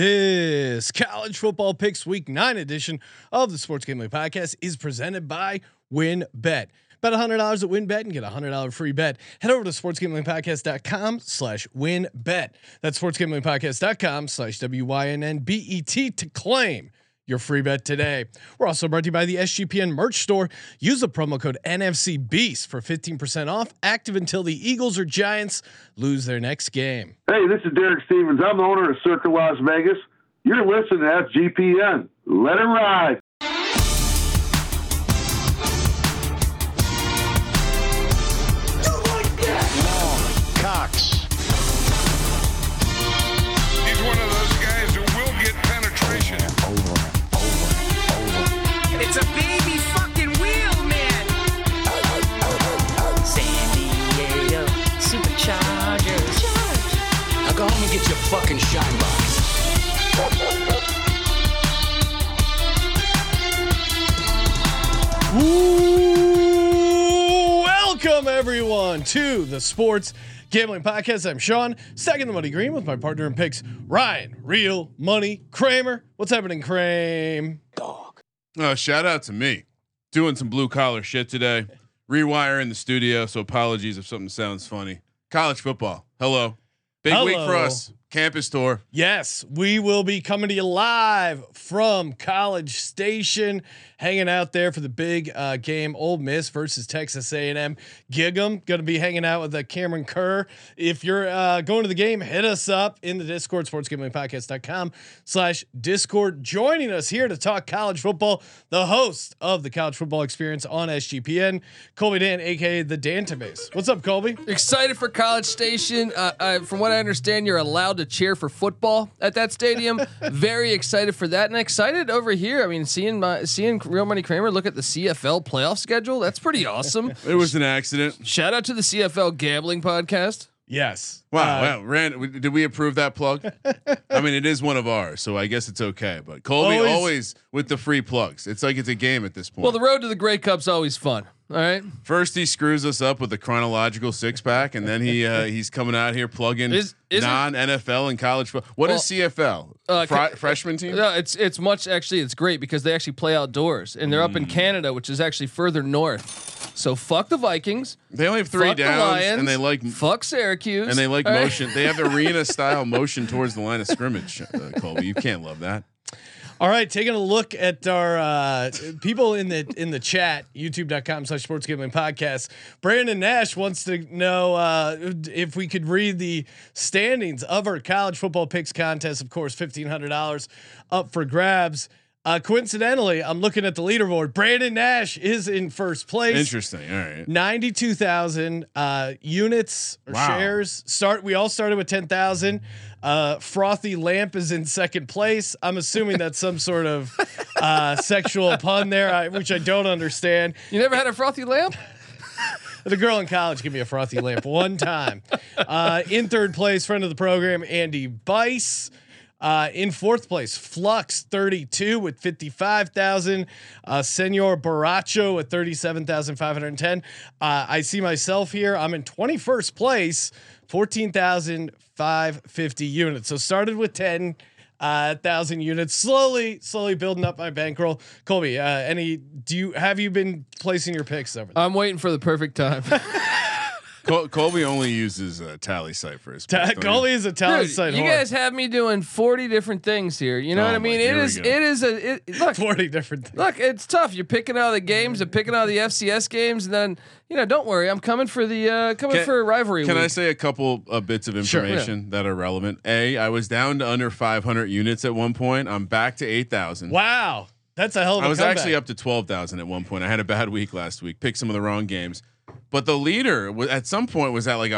This college football picks week nine edition of the Sports Gambling Podcast is presented by WinBet. Bet $100 at WinBet and get a $100 free bet. Head over to sportsgamblingpodcast.com slash winbet. That's sportsgamblingpodcast.com slash W-Y-N-N-B-E-T E to claim your free bet today. We're also brought to you by the SGPN merch store. Use the promo code NFC Beast for 15% off, active until the Eagles or Giants lose their next game. Hey, this is Derek Stevens. I'm the owner of Circa Las Vegas. You're listening to FGPN. Let it ride. Cox. He's one of those guys who will get penetration. It's a baby fucking wheel, man. San Diego Superchargers. Now go home and get your fucking shine box. Welcome everyone to the Sports Gambling Podcast. I'm Sean, stacking the money green with my partner in picks, Ryan, real money Kramer. What's happening, Kramer? Uh, shout out to me doing some blue collar shit today. Rewiring the studio, so apologies if something sounds funny. College football. Hello. Big week for Hello. us. Campus tour. Yes, we will be coming to you live from College Station, hanging out there for the big uh, game, Ole Miss versus Texas A&M. Gig'em going to be hanging out with uh, Cameron Kerr. If you're uh, going to the game, hit us up in the Discord, sportsgamblingpodcast.com slash Discord. Joining us here to talk college football, the host of the College Football Experience on SGPN, Colby Dan, a.k.a. The Dantabase. What's up, Colby? Excited for College Station. Uh, I, from what I understand, you're allowed to cheer for football at that stadium. Very excited for that, and excited over here. I mean, seeing my seeing Real Money Kramer look at the CFL playoff schedule. That's pretty awesome. It was an accident. Shout out to the CFL gambling podcast. Yes. Uh, Wow. Uh, wow. Ran, we- did we approve that plug? I mean, it is one of ours, so I guess it's okay. But Colby Always- always, with the free plugs. It's like it's a game at this point. Well, the road to the Grey Cup's always fun. All right, First, he screws us up with the chronological six pack, and then he uh, he's coming out here plugging Is- isn't- non NFL and college football. What is CFL? uh, Fri- ca- freshman team? no, it's it's much actually. It's great because they actually play outdoors, and they're up Mm. in Canada, which is actually further north. So fuck the Vikings. They only have three fuck the downs, Lions, and they like fuck Syracuse, and they like all right? motion. They have arena style motion towards the line of scrimmage. Uh, Colby, you can't love that. All right, taking a look at our uh, people in the in the chat, youtube.com slash sports gambling podcast. Brandon Nash wants to know uh, if we could read the standings of our college football picks contest. Of course, fifteen hundred dollars up for grabs. Uh, coincidentally, I'm looking at the leaderboard. Brandon Nash is in first place. Interesting. All right. Ninety-two thousand uh, units or Wow. shares. Start. We all started with ten thousand. Uh, Frothy lamp is in second place. I'm assuming that's some sort of uh, sexual pun there, I, which I don't understand. You never had a frothy lamp? The girl in college gave me a frothy lamp one time. Uh, in third place, friend of the program, Andy Bice. Uh, in fourth place, Flux 32 with 55,000. Uh, Senor Baracho with 37,510. Uh, I see myself here. I'm in 21st place, 14,550 units. So started with 10. Uh, thousand units, slowly, slowly building up my bankroll. Colby, uh, any? Do you have you been placing your picks over? there? I'm waiting for the perfect time. Col- Colby only uses uh, tally site for his. Ta- picks, don't Gully you? is a talent Dude, site. you guys have me doing 40 different things here. You know Oh what I my- mean? here It we is go. it is a it, look forty different. Things. look, it's tough. You're picking out of the games, you're picking out of the FCS games, and then you know, don't worry, I'm coming for the uh coming Can- for a rivalry. Can I week. say a couple of bits of Sure. information that are relevant? A, I was down to under 500 units at one point. I'm back to 8,000. Wow, that's a hell of a. I was comeback. actually up to 12,000 at one point. I had a bad week last week, picked some of the wrong games. But the leader wa- at some point was at like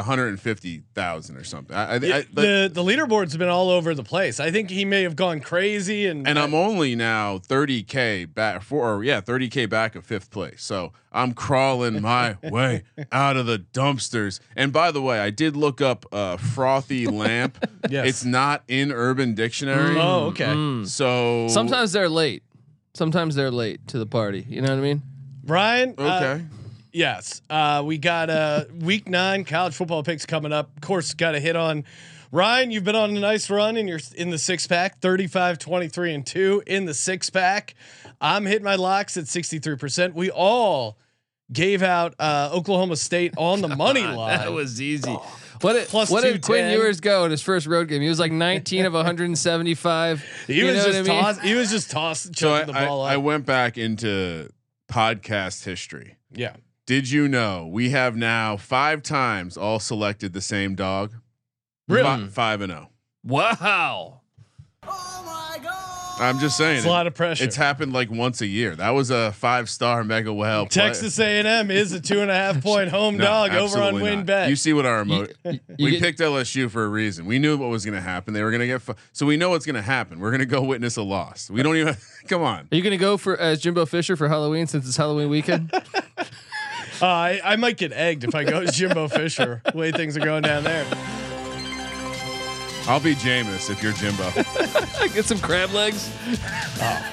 150,000 or something. I, I, I, The, the the leaderboard's been all over the place. I think he may have gone crazy and and uh, I'm only now 30k back for or yeah, 30k back of fifth place. So I'm crawling my way out of the dumpsters. And by the way, I did look up uh, frothy lamp. Yes. It's not in Urban Dictionary. oh okay Mm. So Sometimes they're late. Sometimes they're late to the party. You know what I mean? Brian uh, okay. Yes. Uh, we got uh, week nine college football picks coming up. Of course, got to hit on Ryan, you've been on a nice run in your in the six pack, 35, 23, and two in the six pack. I'm hitting my locks at 63%. We all gave out uh, Oklahoma State on the money line. That was easy. What did, Plus what did Quinn 210. Ewers go in his first road game? He was like 19 of 175. he, You was know what just I mean? toss, he was just tossed So I, chucking the ball I, up. I went back into podcast history. yeah. Did you know we have now five times all selected the same dog? Really? Fi- Five and oh. zero. Wow. I'm just saying. It's a lot of pressure. It's happened like once a year. That was a five star mega well. play. Texas A&M is a two and a half point home No, dog over on absolutely win not. bet. You see what our emo- you we get- picked LSU for a reason. We knew what was going to happen. They were going to get fu- so we know what's going to happen. We're going to go witness a loss. We don't even come on. Are you going to go for as Jimbo Fisher for Halloween since it's Halloween weekend? Uh, I, I might get egged if I go Jimbo Fisher. The way things are going down there. I'll be Jameis if you're Jimbo. get some crab legs.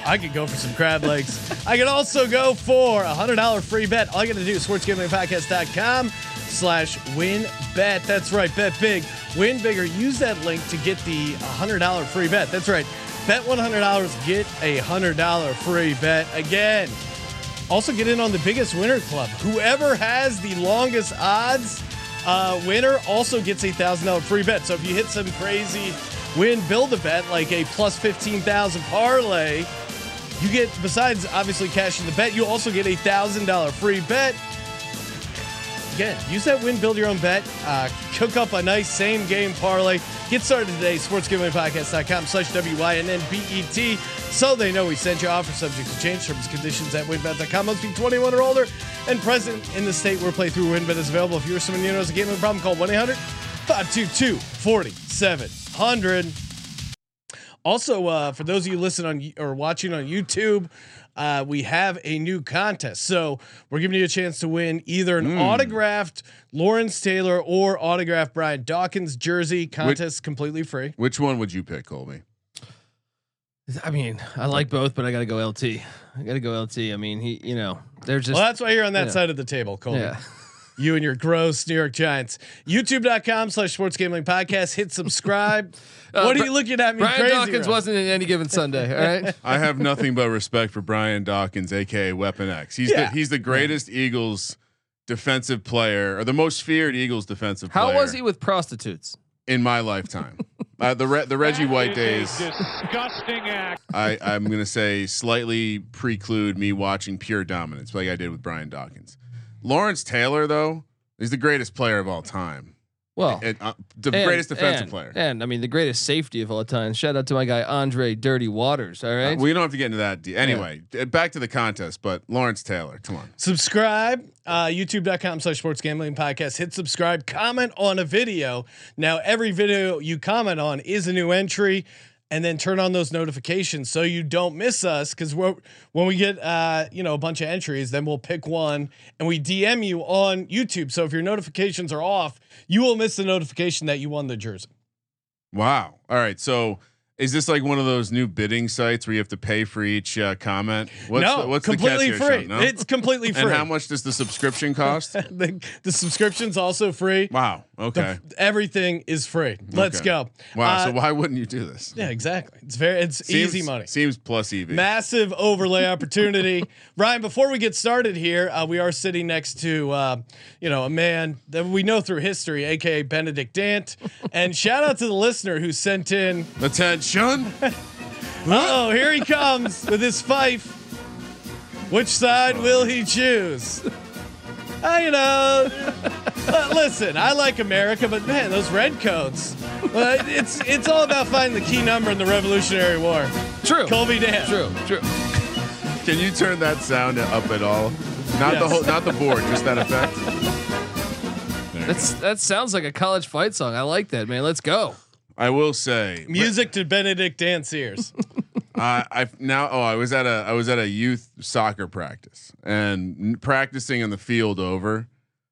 I could go for some crab legs. I could also go for a hundred dollar free bet. All you gotta do is sportsgamblingpodcast.com slash win bet. That's right, bet big, win bigger. Use that link to get the hundred dollar free bet. That's right. Bet one hundred dollars, get a hundred dollar free bet again. Also get in on the biggest winner club. Whoever has the longest odds uh, winner also gets a thousand dollar free bet. So if you hit some crazy win, build a bet like a plus fifteen thousand parlay. You get besides obviously cashing the bet, you also get a thousand dollar free bet. Again, use that win, build your own bet, uh, cook up a nice same game parlay. Get started today, sportsgamblingpodcast.com slash WYNNBET. E So they know we sent you offer subject to change terms and conditions at winbet.com. Must be 21 or older and present in the state where playthrough winbet is available. If you're someone you know has a gambling problem, call 1 800 522 4700. Also, uh, for those of you listening on or watching on YouTube, uh, we have a new contest. So we're giving you a chance to win either an Hmm. autographed Lawrence Taylor or autographed Brian Dawkins jersey. Contest completely free. Which one would you pick, Colby? I mean, I like both, but I got to go LT. I got to go LT. I mean, he, you know, they're just. Well, that's why you're on that yeah. side of the table, Colby. yeah. You and your gross New York Giants. YouTube.com slash sports gambling podcast. Hit subscribe. Uh, what are Bri- you looking at me Brian crazy? Dawkins around? wasn't in any given Sunday. All right. I have nothing but respect for Brian Dawkins, aka Weapon X. He's Yeah. the, he's the greatest Eagles defensive player, or the most feared Eagles defensive How player was he with prostitutes? in my lifetime. uh, the Re- the Reggie White days. disgusting act. I, I'm gonna say slightly preclude me watching pure dominance like I did with Brian Dawkins. Lawrence Taylor, though, is the greatest player of all time. Well, And, uh, the and- greatest defensive and- player. and I mean the greatest safety of all time. Shout out to my guy Andre Dirty Waters. All right. we don't have to get into that. De- anyway, d- back to the contest, but Lawrence Taylor, come on. subscribe uh, youtube.com slash sports gambling podcast hit subscribe comment on a video now every video you comment on is a new entry and then turn on those notifications so you don't miss us because when we get uh, you know a bunch of entries then we'll pick one and we dm you on youtube so if your notifications are off you will miss the notification that you won the jersey Wow. All right. So is this like one of those new bidding sites where you have to pay for each uh, comment? What's no the, what's completely the catch here, free Sean? No? it's completely free and how much does the subscription cost? the, the subscription's also free wow. The- Okay. Mm, everything is free let's Okay. go Wow. Uh, so why wouldn't you do this? Yeah, exactly. It's very it's easy Seems- money. Seems plus EV. Massive overlay opportunity, Ryan. Before we get started here, uh, we are sitting next to uh, you know a man that we know through history, aka Benedict Dant. and shout out to the listener who sent in. Attention. Oh, here he comes with his fife. Which side will he choose? Uh, you know, uh, listen, I like America, but man, those redcoats. Uh, it's it's all about finding the key number in the Revolutionary War. True. Colby Dan. True. True. Can you turn that sound up at all? Not the Yes. whole, not the board, just that effect. That's that sounds like a college fight song. I like that, man. Let's go. I will say, Music to Benedict Dance ears. I, I now oh I was at a I was at a youth soccer practice and n- practicing in the field over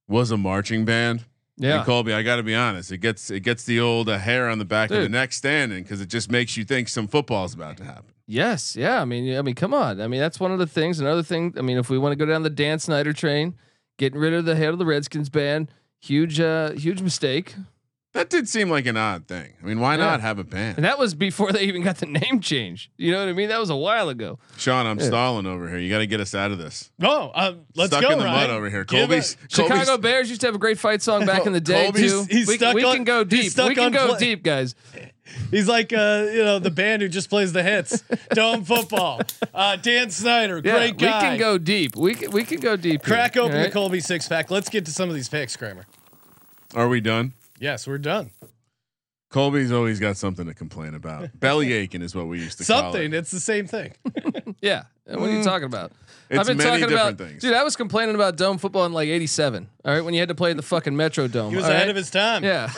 was a marching band. Yeah. And Colby, I got to be honest, it gets it gets the old uh, hair on the back of the Dude. neck standing because it just makes you think some football's about to happen. Yes, yeah. I mean, I mean, come on. I mean, that's one of the things. Another thing. I mean, if we want to go down the Dan Snyder train, getting rid of the head of the Redskins band, huge, uh, huge mistake. That did seem like an odd thing. I mean, why not have a band? And that was before they even got the name change. You know what I mean? That was a while ago. Sean, I'm stalling over here. You got to get us out of this. No, um, let's Stuck go. in the Ryan. mud over here. Give Colby's, it- Colby's- Chicago Bears used to have a great fight song back in the day Colby's- too. he's we stuck we on- can go he's deep. stuck We can on go play. deep, guys. He's like uh, you know the band who just plays the hits. Dome football. Uh, Dan Snyder, Yeah, great guy. We can go deep. We can, we can go deep. here, Crack open the alright? Colby six pack. Let's get to some of these picks, Kramer. Are we done? Yes, we're done. Colby's always got something to complain about. Belly aching is what we used to call Something. it. It's the same thing. Yeah. What are Mm. you talking about? It's many different about things. dude. I was complaining about dome football in like '87. All right, when you had to play in the fucking Metrodome. He was all ahead right? of his time. Yeah,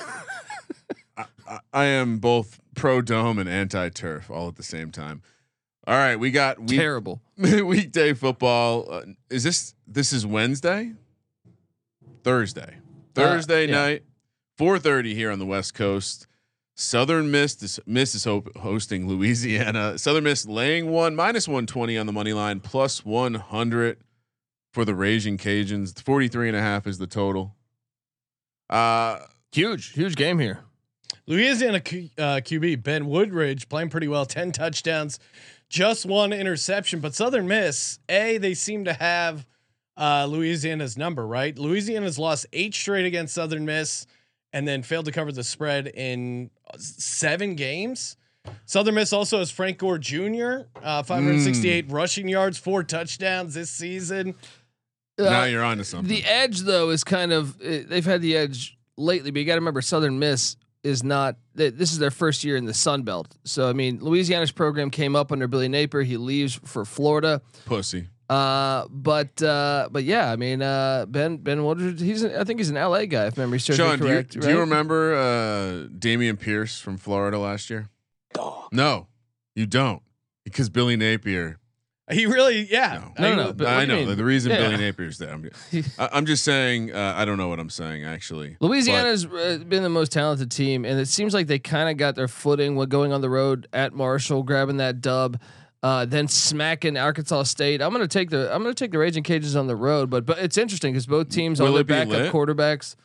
I am both pro dome and anti turf all at the same time. All right, we got week, terrible. weekday football. Uh, is this this is Wednesday? Thursday. Thursday Uh, yeah. night, 4:30 here on the West Coast. Southern Miss is, Miss is ho- hosting Louisiana. Southern Miss laying one minus 120 on the money line, plus 100 for the Raging Cajuns. 43 and a half is the total. Uh Huge, huge game here. Louisiana Q, uh, QB Ben Woodridge playing pretty well, ten touchdowns, just one interception. But Southern Miss, a they seem to have uh, Louisiana's number, right? Louisiana's lost eight straight against Southern Miss, and then failed to cover the spread in uh, s- seven games. Southern Miss also has Frank Gore Jr. Uh, 568 rushing yards, four touchdowns this season. now Uh, you're on to something. The edge though is kind of uh, they've had the edge lately, but you got to remember Southern Miss is not. th- This is their first year in the Sun Belt, so I mean Louisiana's program came up under Billy Napier. He leaves for Florida, Pussy. uh, but uh, but yeah, I mean uh, Ben Ben Woodard, he's an, I think he's an LA guy if memory serves Sean, me do you, correct. do you right? remember uh, Damian Pierce from Florida last year? No, you don't, because Billy Napier. He really, yeah. No, I- no, but what I do you know mean? the reason Yeah. Billy Napier's there. I'm, I- I'm just saying. Uh, I don't know what I'm saying actually. Louisiana's uh, been the most talented team, and it seems like they kind of got their footing when going on the road at Marshall, grabbing that dub, uh, then smacking Arkansas State. I'm gonna take the I'm gonna take the Raging Cages on the road, but but it's interesting because both teams Will are it be backup lit? quarterbacks.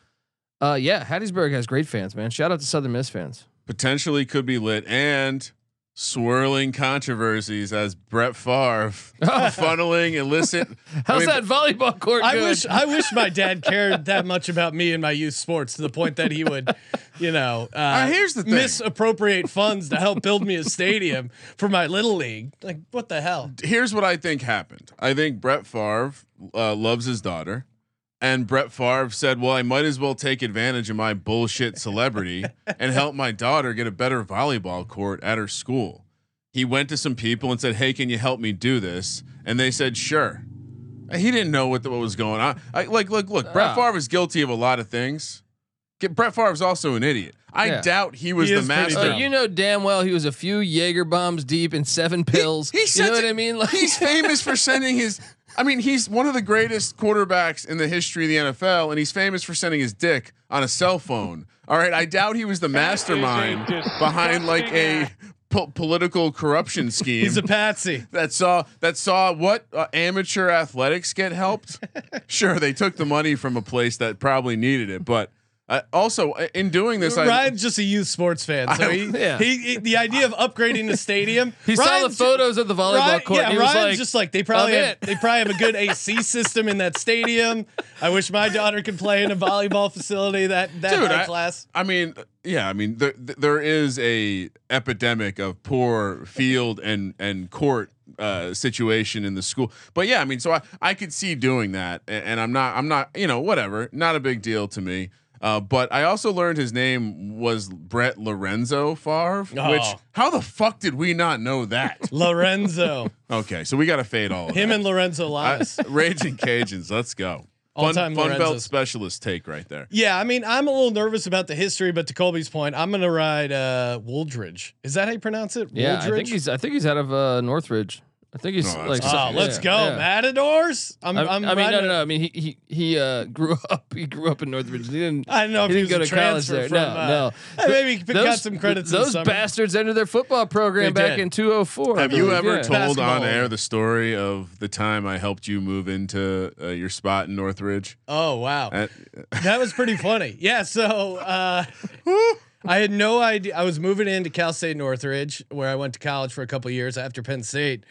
Uh, yeah, Hattiesburg has great fans, man. Shout out to Southern Miss fans. Potentially could be lit and swirling controversies as Brett Favre funneling illicit. How's mean, that volleyball court? Uh, I good? wish I wish my dad cared that much about me and my youth sports to the point that he would, you know, uh, here's the thing. misappropriate funds to help build me a stadium for my little league. Like what the hell? here's what I think happened. I think Brett Favre uh, loves his daughter, and Brett Favre said, "Well, I might as well take advantage of my bullshit celebrity and help my daughter get a better volleyball court at her school." He went to some people and said, "Hey, can you help me do this?" And they said, "Sure." He didn't know what, the, what was going on. I, like, look, look. Brett Ah. Favre is guilty of a lot of things. Get, Brett Favre's also an idiot. I Yeah. doubt he was He the is pretty master. Uh, dumb. you know damn well he was a few Jaeger bombs deep and seven pills. He you sends know what it- I mean? Like, he's famous for sending his. I mean, he's one of the greatest quarterbacks in the history of the NFL, and he's famous for sending his dick on a cell phone. All right, I doubt he was the mastermind That is a behind like a disgusting po- political corruption scheme He's a patsy. that saw that saw what uh, amateur athletics get helped. sure, they took the money from a place that probably needed it, but uh, also uh, in doing this, I, Ryan's just a youth sports fan, so I- he, yeah. he, he- the idea of upgrading the stadium. he saw the Ryan's ju- photos of the volleyball Ryan- court. yeah, and he Ryan's was like, just like they probably "I'm have, it." they probably have a good AC system in that stadium. I wish my daughter could play in a volleyball facility that that Dude, high I- class. I mean, yeah, I mean, there there is a epidemic of poor field and and court uh, situation in the school. But yeah, I mean, so I I could see doing that, a- and, I'm not I'm not you know whatever, not a big deal to me. Uh, but I also learned his name was Brett Lorenzo Favre, which Oh. how the fuck did we not know that? Lorenzo, okay, so we got to fade all of him that. and Lorenzo Lamas. I- Raging Cajuns, let's go. Fun, All-time fun belt Lorenzos. specialist take right there. Yeah, I mean, I'm a little nervous about the history, but to Colby's point, I'm gonna ride uh Wooldridge. Is that how you pronounce it? Yeah, I think Wooldridge? he's I think he's out of uh, Northridge. I think he's No, that's like. awesome. Oh, so- let's yeah, go, yeah. Matadors! I'm, I, I'm I mean, glad no, to- no, no. I mean, he he he uh, grew up. He grew up in Northridge. He didn't. I don't know if he didn't was a transfer there. from, no, uh, no. hey, Th- maybe he got some credits in the Those summer. bastards entered their football program They back did. in 204. I Have you believe, ever yeah. told Basketball. on air the story of the time I helped you move into uh, your spot in Northridge? Oh wow, That- that was pretty funny. Yeah, so uh, I had no idea. I was moving into Cal State Northridge, where I went to college for a couple years after Penn State.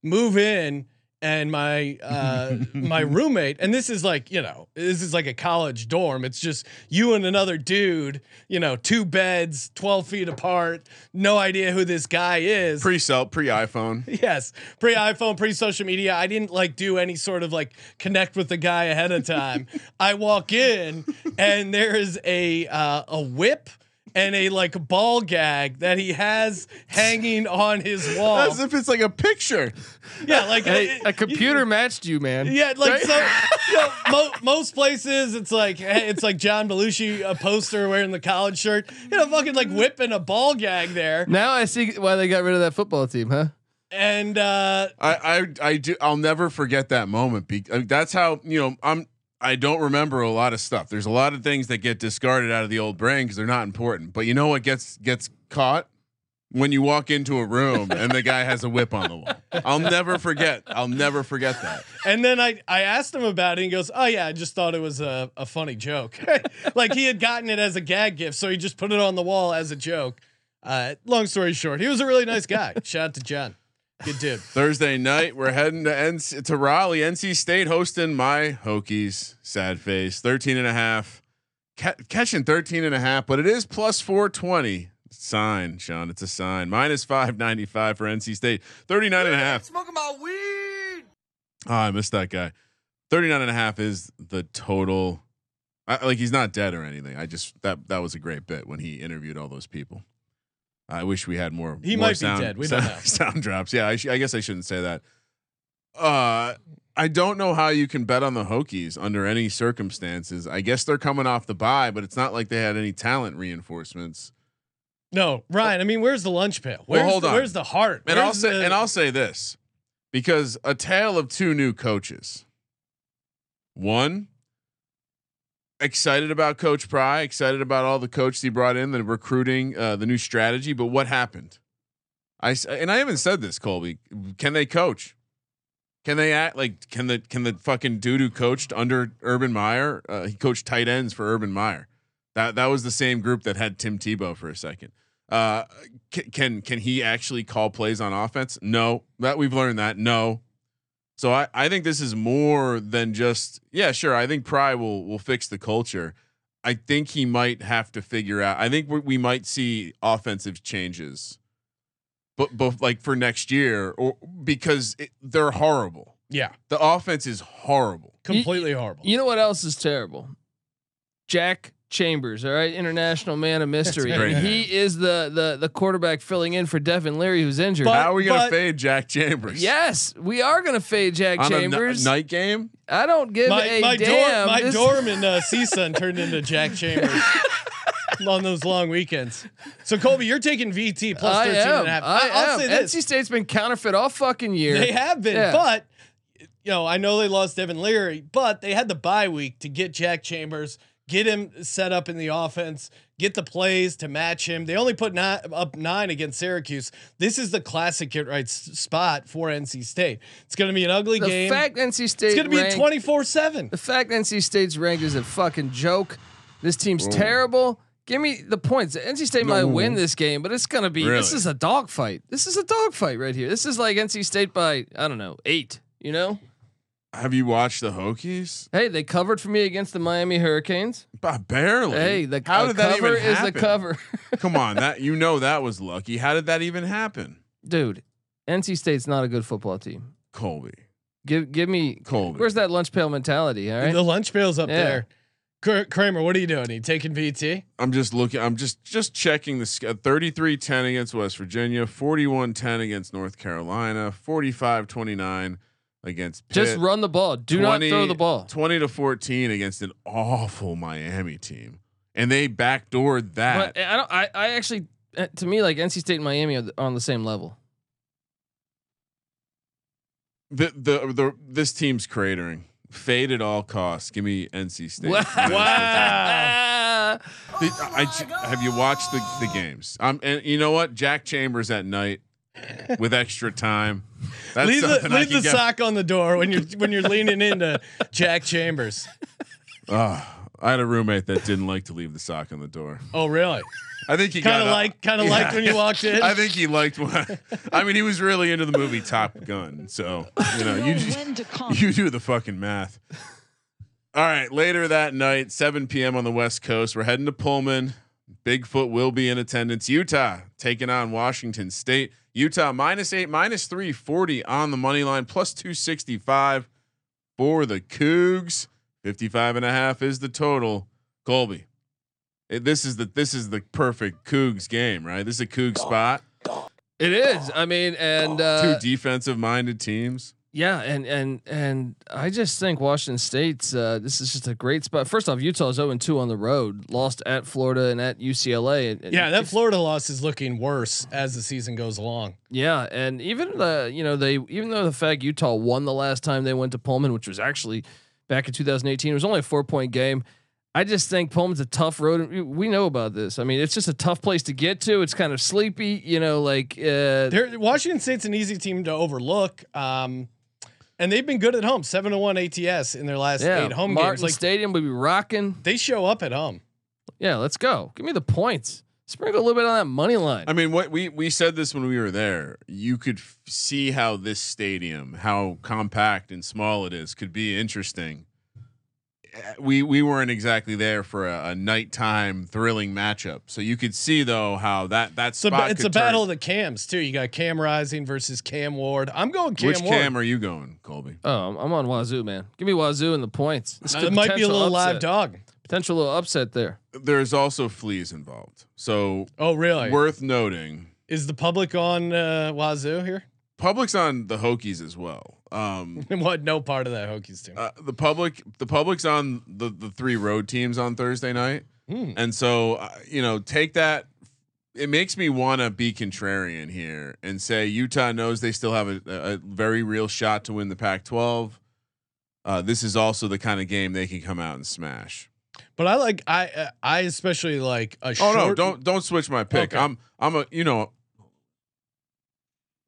Move in, and my uh, my roommate, and this is like you know, this is like a college dorm. It's just you and another dude. You know, two beds, twelve feet apart. No idea who this guy is. pre cell, pre iPhone. Yes, pre iPhone, pre social media. I didn't like do any sort of like connect with the guy ahead of time. I walk in and there is a uh, a whip and a like ball gag that he has hanging on his wall. As if it's like a picture. yeah, like Hey, a computer matched you, man. Yeah, like Right? so. You know, mo- most places, it's like hey, it's like John Belushi, a poster wearing the college shirt. You know, fucking like whip and a ball gag there, Now I see why they got rid of that football team, huh? and uh, I, I I do. I'll never forget that moment. Be, uh, that's how you know I'm. I don't remember a lot of stuff. There's a lot of things that get discarded out of the old brain because they're not important. But you know what gets gets caught when you walk into a room and the guy has a whip on the wall. I'll never forget. I'll never forget that. And then I, I asked him about it. And he goes, "Oh yeah, I just thought it was a, a funny joke. like he had gotten it as a gag gift, so he just put it on the wall as a joke." Uh, long story short, he was a really nice guy. Shout out to John, good dude. Thursday night, we're heading to NC, to Raleigh, NC State, hosting my Hokies. Sad face, 13 and a half. Ca- catching 13 and a half, but it is plus 420. Sign, Sean. It's a sign. Minus 595 for NC State. 39 and a half. Smoking my weed. Oh, I missed that guy. 39 and a half is the total. I, like he's not dead or anything. I just that that was a great bit when he interviewed all those people. I wish we had more. He more might be sound, dead. We don't sound, know. sound drops. Yeah, I, sh- I guess I shouldn't say that. Uh, I don't know how you can bet on the Hokies under any circumstances. I guess they're coming off the bye, but it's not like they had any talent reinforcements. No, Ryan. I mean, where's the lunch pail? Well, Where's hold the, on. Where's the heart? And I'll Where's say the- and I'll say this because a tale of two new coaches. One excited about coach Pry, excited about all the coaches he brought in, the recruiting, uh, the new strategy, but what happened? I s- and I haven't said this, Colby. Can they coach? Can they act like can the can the fucking dude who coached under Urban Meyer? Uh, he coached tight ends for Urban Meyer. That that was the same group that had Tim Tebow for a second. Uh, can, can can he actually call plays on offense? No, that we've learned that no. So I I think this is more than just yeah sure. I think Pry will will fix the culture. I think he might have to figure out. I think we, we might see offensive changes, but but like for next year or because it, they're horrible. yeah, The offense is horrible. completely horrible. You know what else is terrible? Jack Chambers, all right, international man of mystery. That's a great And he is the the the quarterback filling in for Devin Leary, who's injured. But- How are we gonna but- fade Jack Chambers? yes, we are gonna fade Jack on Chambers. a n- night game. I don't give my a my, dorm, damn. my This- dorm in uh, CSUN turned into Jack Chambers. on those long weekends. So Colby, you're taking VT plus I 13 am. and a half. I I'll am. say this. NC State's been counterfeit all fucking year. They have been, Yeah. but you know, I know they lost Devin Leary, but they had the bye week to get Jack Chambers, get him set up in the offense, get the plays to match him. They only put nine, up nine against Syracuse. This is the classic get right s- spot for NC State. It's going to be an ugly the game. fact NC State it's going to be ranked- twenty four seven. The fact NC State's ranked is a fucking joke. This team's terrible. Give me the points. NC State might win this game, but it's gonna be this Really? is a dogfight. This is a dogfight right here. This is like NC State by I don't know eight. You know, Have you watched the Hokies? hey, they covered for me against the Miami Hurricanes. Bah, barely. Hey, the how a did that cover even is the happen? cover, Come on, that you know that was lucky. How did that even happen, dude. NC State's not a good football team. Colby? Give give me Colby, where's that lunch pail mentality? All right, The lunch pail's up Yeah. there. Kr- Kramer, what are you doing? Are you taking VT? I'm just looking. I'm just just checking the sc- 33-10 against West Virginia, 41-10 against North Carolina, 45-29 against Pitt, just run the ball. Do not 20 throw the ball. 20 to 14 against an awful Miami team, and they backdoored that. But eh I don't. I, I actually, uh, to me, like NC State and Miami are th- on the same level. the the the this team's cratering. Fade at all costs. Give me NC State. Wow. Ah, Ah, Wow. The- I, ju- have you watched the, the games? Um, and you know what? Jack Chambers at night with extra time. That's leave the, something I leave can the get. sock on the door when you're when you're leaning into Jack Chambers. Ah, I had a roommate that didn't like to leave the sock on the door. Oh, really? I think he Kind got of a- like kind of liked when you walked in. I think he liked when I, I mean he was really into the movie Top Gun, so you know you just, you do the fucking math. All right, later that night, 7 p.m. on the West Coast, we're heading to Pullman. Bigfoot will be in attendance. Utah taking on Washington State. Utah minus eight, minus 340 on the money line, plus 265 for the Cougs. 55 and a half is the total. Colby, eh, this is the this is the perfect Cougs game, right? This is a Coug spot. It is. I mean, Oh, and uh, Two defensive minded teams. Yeah, and and and I just think Washington State's uh, this is just a great spot. First off, Utah's 0 2 on the road, lost at Florida and at UCLA. And, and yeah, that Florida loss is looking worse as the season goes along. yeah, and even the you know they even though the fact Utah won the last time they went to Pullman, which was actually back in 2018, it was only a four point game. I just think Pullman's a tough road. We- We know about this. I mean, it's just a tough place to get to. It's kind of sleepy, you know, like uh, They're, Washington State's an easy team to overlook. Um, and they've been good at home, seven to one ATS in their last yeah, eight home Martin games. Like Stadium would be rocking. they show up at home. Yeah, let's go. Give me the points. Sprinkle a little bit on that money line. I mean, what we we said this when we were there. You could f- see how this stadium, how compact and small it is, could be interesting. Eh, We we weren't exactly there for a, a nighttime thrilling matchup, so you could see though how that that It's a, spot. it's could a battle of turn. the cams too. You got Cam Rising versus Cam Ward. I'm going Cam Which Ward. cam are you going, Colby? Oh, I'm- I'm on Wazoo, man. Give me Wazoo and the points. This Uh, could it might be a potential little live upset. dog. Potential little upset there. There's also fleas involved, so Oh, really? worth noting. Is the public on uh, Wazoo here? Public's on the Hokies as well. Um, what? No part of that Hokies team. uh, the public the public's on the the three road teams on Thursday night, Hmm. and so uh, you know take that. It makes me want to be contrarian here and say Utah knows they still have a, a a very real shot to win the Pac-12. Uh, this is also the kind of game they can come out and smash. But I like I uh, I especially like a Oh short. no! Don't don't switch my pick. Okay. I'm I'm a you know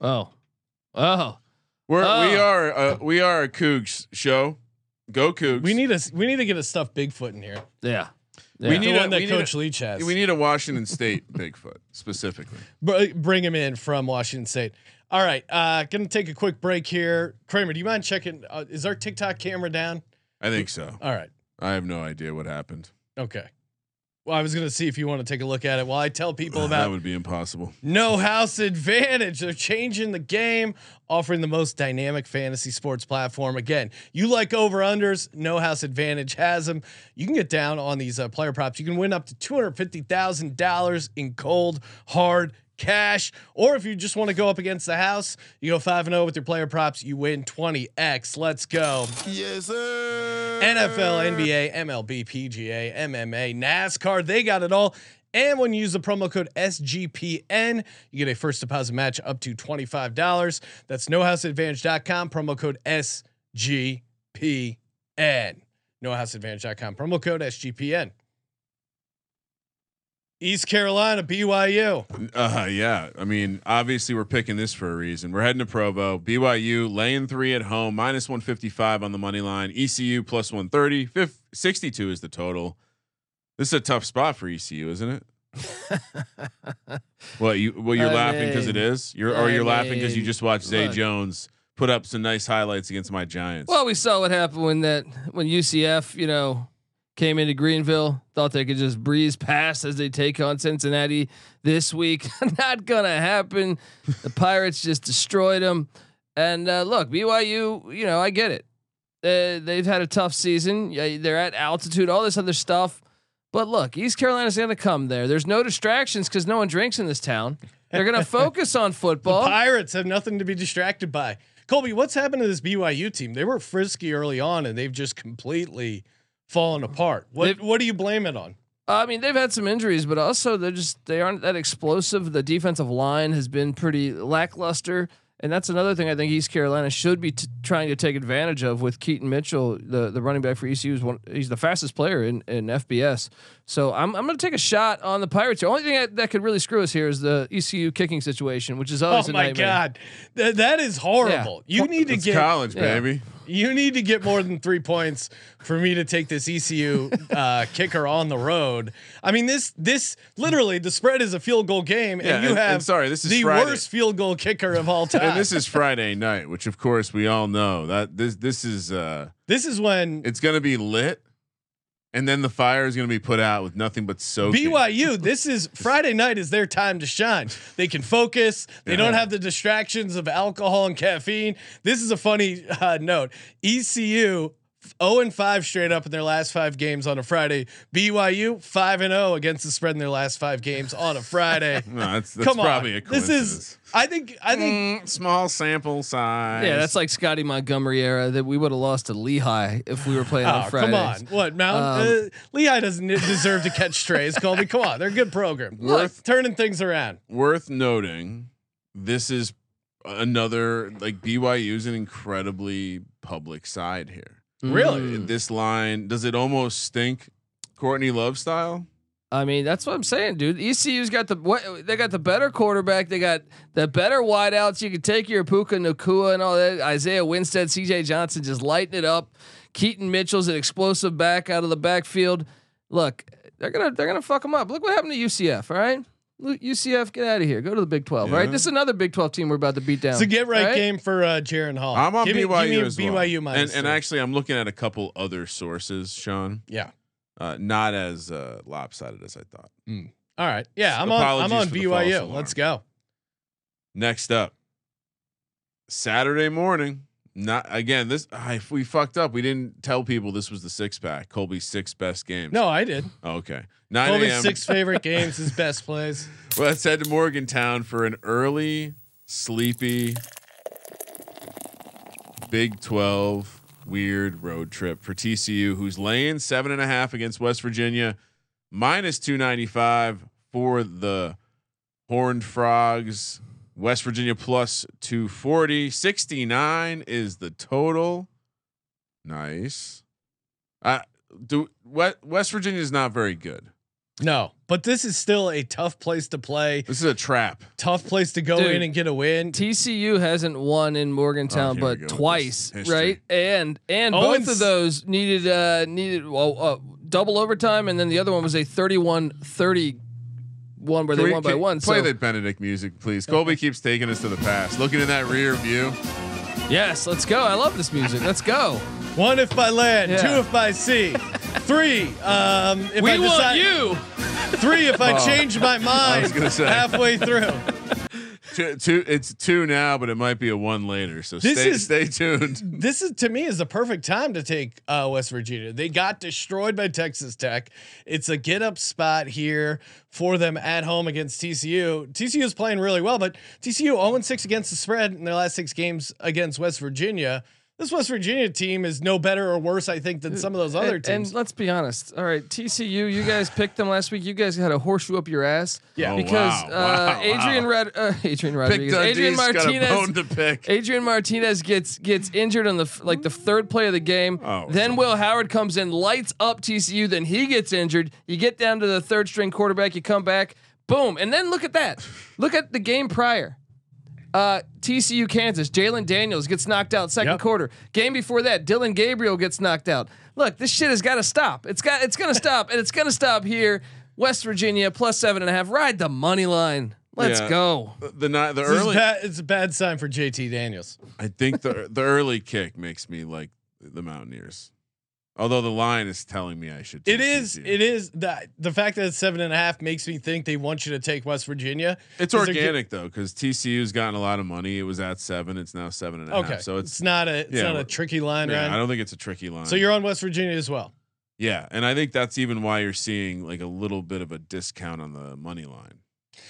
Oh, oh, we're we Ah. Oh. are uh, we are a Cougs show. Go Cougs! We need a s- we need to get a stuffed Bigfoot in here. yeah. We Yeah. The need one a- that we need Coach a- Leach has. we need a Washington State Bigfoot specifically. Br- bring him in from Washington State. All right, uh, gonna take a quick break here. Kramer, do you mind checking? Uh, is our TikTok camera down? I think so. All right, I have no idea what happened. okay. Well, I was gonna see if you want to take a look at it while I tell people that about would be impossible. No House Advantage. They're changing the game, offering the most dynamic fantasy sports platform. Again, you like over unders, No House Advantage has them. You can get down on these uh, player props. You can win up to $250,000 in cold, hard cash. Or if you just want to go up against the house, you go 5 0 with your player props, you win 20x. Let's go. Yes, sir. NFL, NBA, MLB, PGA, MMA, NASCAR, they got it all. And when you use the promo code SGPN, you get a first deposit match up to $25. That's nohouseadvantage.com, promo code SGPN. Nohouseadvantage.com, promo code SGPN. East Carolina, BYU. Uh, yeah, I mean, obviously we're picking this for a reason. We're heading to Provo, BYU laying three at home, minus one fifty five on the money line. ECU plus one thirty. Fif- Sixty two is the total. This is a tough spot for ECU, isn't it? Well, you well you're I laughing because it mean- is. You're or I you're laughing because you mean, just watched Zay look. Jones put up some nice highlights against my Giants. well, we saw what happened when that when UCF, you know, came into Greenville. Thought they could just breeze past as they take on Cincinnati this week. Not gonna happen. The Pirates just destroyed them. And uh, look, BYU, you know, I get it. They they've had a tough season. Yeah, they're at altitude, all this other stuff. But look, East Carolina's going to come there. There's no distractions because no one drinks in this town. They're going to focus on Oh. football. Pirates have nothing to be distracted by. Colby, what's happened to this BYU team? They were frisky early on, and they've just completely fallen apart. What They've- What do you blame it on? I mean, they've had some injuries, but also they're just they aren't that explosive. The defensive line has been pretty lackluster. And that's another thing I think East Carolina should be t- trying to take advantage of with Keaton Mitchell, the, the running back for ECU. Is one, he's the fastest player in, in FBS. So I'm, I'm going to take a shot on the Pirates. The only thing that, that could really screw us here is the ECU kicking situation, which is Oh always a my nightmare. god, Th- that is horrible. You need to It's get college, yeah. baby. you need to get more than three points for me to take this ECU uh, kicker on the road. I mean this this literally the spread is a field goal game, Yeah, and you and- have and sorry, this is the Friday. worst field goal kicker of all time. And this is Friday night, which of course we all know that this this is uh this is when it's gonna be lit, and then the fire is gonna be put out with nothing but soap. BYU. This is Friday night is their time to shine. They can focus. They don't Yeah. have the distractions of alcohol and caffeine. This is a funny uh, note. ECU. 0 and 5 straight up in their last five games on a Friday. BYU 5 and 0 against the spread in their last five games on a Friday. No, that's, that's Come on. probably a this coincidence. is I think I think Mm, small sample size. Yeah, that's like Scotty Montgomery era that we would have lost to Lehigh if we were playing oh, Mm, on Fridays. come on. What Mount uh, Lehigh doesn't deserve to catch strays, Colby. Come on. They're a good program. Worth- turning things around. worth noting. This is another like BYU's an incredibly public side here. Really? This line does it almost stink, Courtney Love style? I mean, that's what I'm saying, dude. ECU's got the what they got the better quarterback. They got the better wideouts. You can take your Puka Nakua and all that. Isaiah Winstead, CJ Johnson, just lighten it up. Keaton Mitchell's an explosive back out of the backfield. Look, they're gonna they're gonna fuck them up. Look what happened to UCF. All right, Look, UCF, get out of here. Go to the Big Twelve. all Right, Yeah. this is another Big Twelve team we're about to beat down. It's a get right, all game for uh, Jaron Hall. I'm on Give me- give BYU me as well. BYU and, minus and three. actually, I'm looking at a couple other sources, Sean. yeah. Uh, not as uh, lopsided as I thought. All right. Yeah, I'm on. Apologies I'm on for the false BYU. alarm. Let's go. Next up, Saturday morning. Not again. This I, we fucked up. We didn't tell people this was the six pack. Colby's six best games. No, I did. Okay. 9 Colby's a.m. six favorite games, his best plays. Well, let's head to Morgantown for an early, sleepy, Big 12 weird road trip for TCU, who's laying seven and a half against West Virginia, minus 295 for the Horned Frogs. West Virginia plus 240. 69 is the total. Nice. I do what West Virginia is not very good. No, but this is still a tough place to play. This is a trap. Tough place to go Dude. in and get a win. TCU hasn't won in Morgantown, Oh, here we go but with twice, this history. right? And and Oh, both and of s- those needed uh needed well uh, double overtime, and then the other one was a 31-31 where Can they we- won by can- one. Play so that Benedict music, please. Colby keeps taking us to the past. Looking in that rear view. yes, let's go. I love this music. Let's go. One if by land, Yeah. two if by sea, three. Um, if we I decide, want you. Three if I Oh. change my mind was gonna say. halfway through. Two, two, it's two now, but it might be a one later. So This stay, is- stay tuned. this is to me is the perfect time to take uh, West Virginia. They got destroyed by Texas Tech. It's a get up spot here for them at home against TCU. TCU is playing really well, but TCU 0 6 oh against the spread in their last six games against West Virginia. This West Virginia team is no better or worse, I think, than some of those other And, and teams. let's be honest. All right, TCU, you guys picked them last week. You guys had a horseshoe up your ass. Yeah. Oh, because wow, uh, wow, Adrian wow. Rod- uh, Adrian Pick Rodriguez, Adrian Dundee's Martinez got a bone to pick. Adrian Martinez gets gets injured on the f- like the third play of the game. Oh, then so- Will Howard comes in, lights up TCU. Then he gets injured. You get down to the third string quarterback. You come back, boom, and then look at that. Look at the game prior. Uh, TCU Kansas. Jalen Daniels gets knocked out second Yep. quarter. Game before that, Dylan Gabriel gets knocked out. Look, this shit has got to stop. It's got it's gonna stop, and it's gonna stop here. West Virginia plus seven and a half. Ride the money line. Let's Yeah. go. The night, the This is early. bad, it's a bad sign for JT Daniels. I think the the early kick makes me like the Mountaineers. Although the line is telling me I should. It is. It is that the fact that it's seven and a half makes me think they want you to take West Virginia. It's 'cause they're get- organic though, because TCU's gotten a lot of money. It was at seven. It's now seven and a half. Okay, So it's it's. not a it's yeah, not a we're- tricky line, yeah, Ryan. I don't think it's a tricky line. So you're on West Virginia as well. Yeah, and I think that's even why you're seeing like a little bit of a discount on the money line.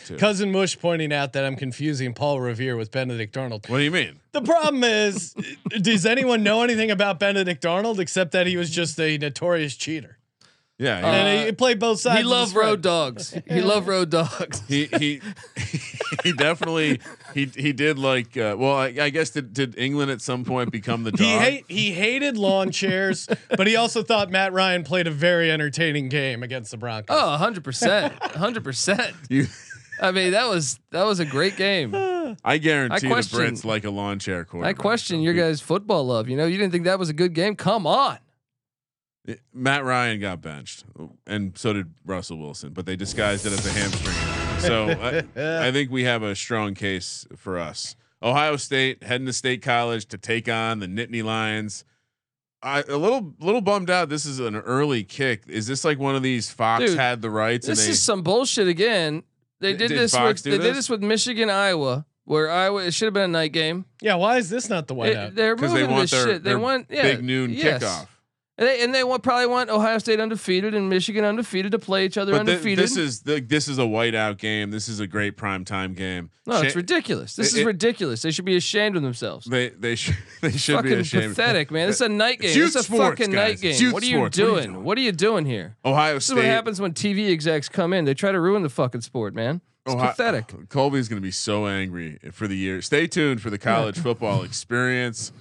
Too. Cousin Mush pointing out that I'm confusing Paul Revere with Benedict Arnold. What do you mean? The problem is, does anyone know anything about Benedict Arnold except that he was just a notorious cheater? Yeah. And he, he played both sides. Uh, he of the loved spread. road dogs. He loved road dogs. he he he definitely he he did like uh, well I, I guess did, did England at some point become the dog? He hate he hated lawn chairs, but he also thought Matt Ryan played a very entertaining game against the Broncos. Oh, 100%. 100%. You- I mean, that was that was a great game. I guarantee I the question- Brits like a lawn chair I quarterback. question your guys' football love. You know, you didn't think that was a good game. Come on. Matt Ryan got benched, and so did Russell Wilson, but they disguised it as a hamstring. So I, I think we have a strong case for us. Ohio State heading to State College to take on the Nittany Lions. I a little little bummed out. This is an early kick. Is this like one of these Fox Dude, had the rights? This and they, is some bullshit again. They Did- did, did this. Fox With, do they did this? this with Michigan, Iowa, where Iowa it should have been a night game. yeah, why is this not the It- whiteout? they're because moving they want this their, shit. They their want yeah, big noon yes. kickoff. And they, and they want, probably want Ohio State undefeated and Michigan undefeated to play each other But thi- undefeated. this is the, this is a whiteout game. This is a great prime time game. no, it's Sha- ridiculous. This is it- it- ridiculous. They should be ashamed of themselves. They they should they should be Fucking ashamed. Uh, pathetic, man. This is a night game. It's This is a youth sports, fucking guys. night game. It's youth What are you sports. What are you doing? doing? What are you doing here? Ohio This State. is what happens when TV execs come in. They try to ruin the fucking sport, man. It's Ohio- pathetic. uh, Colby's going to be so angry for the year. Stay tuned for the college football experience.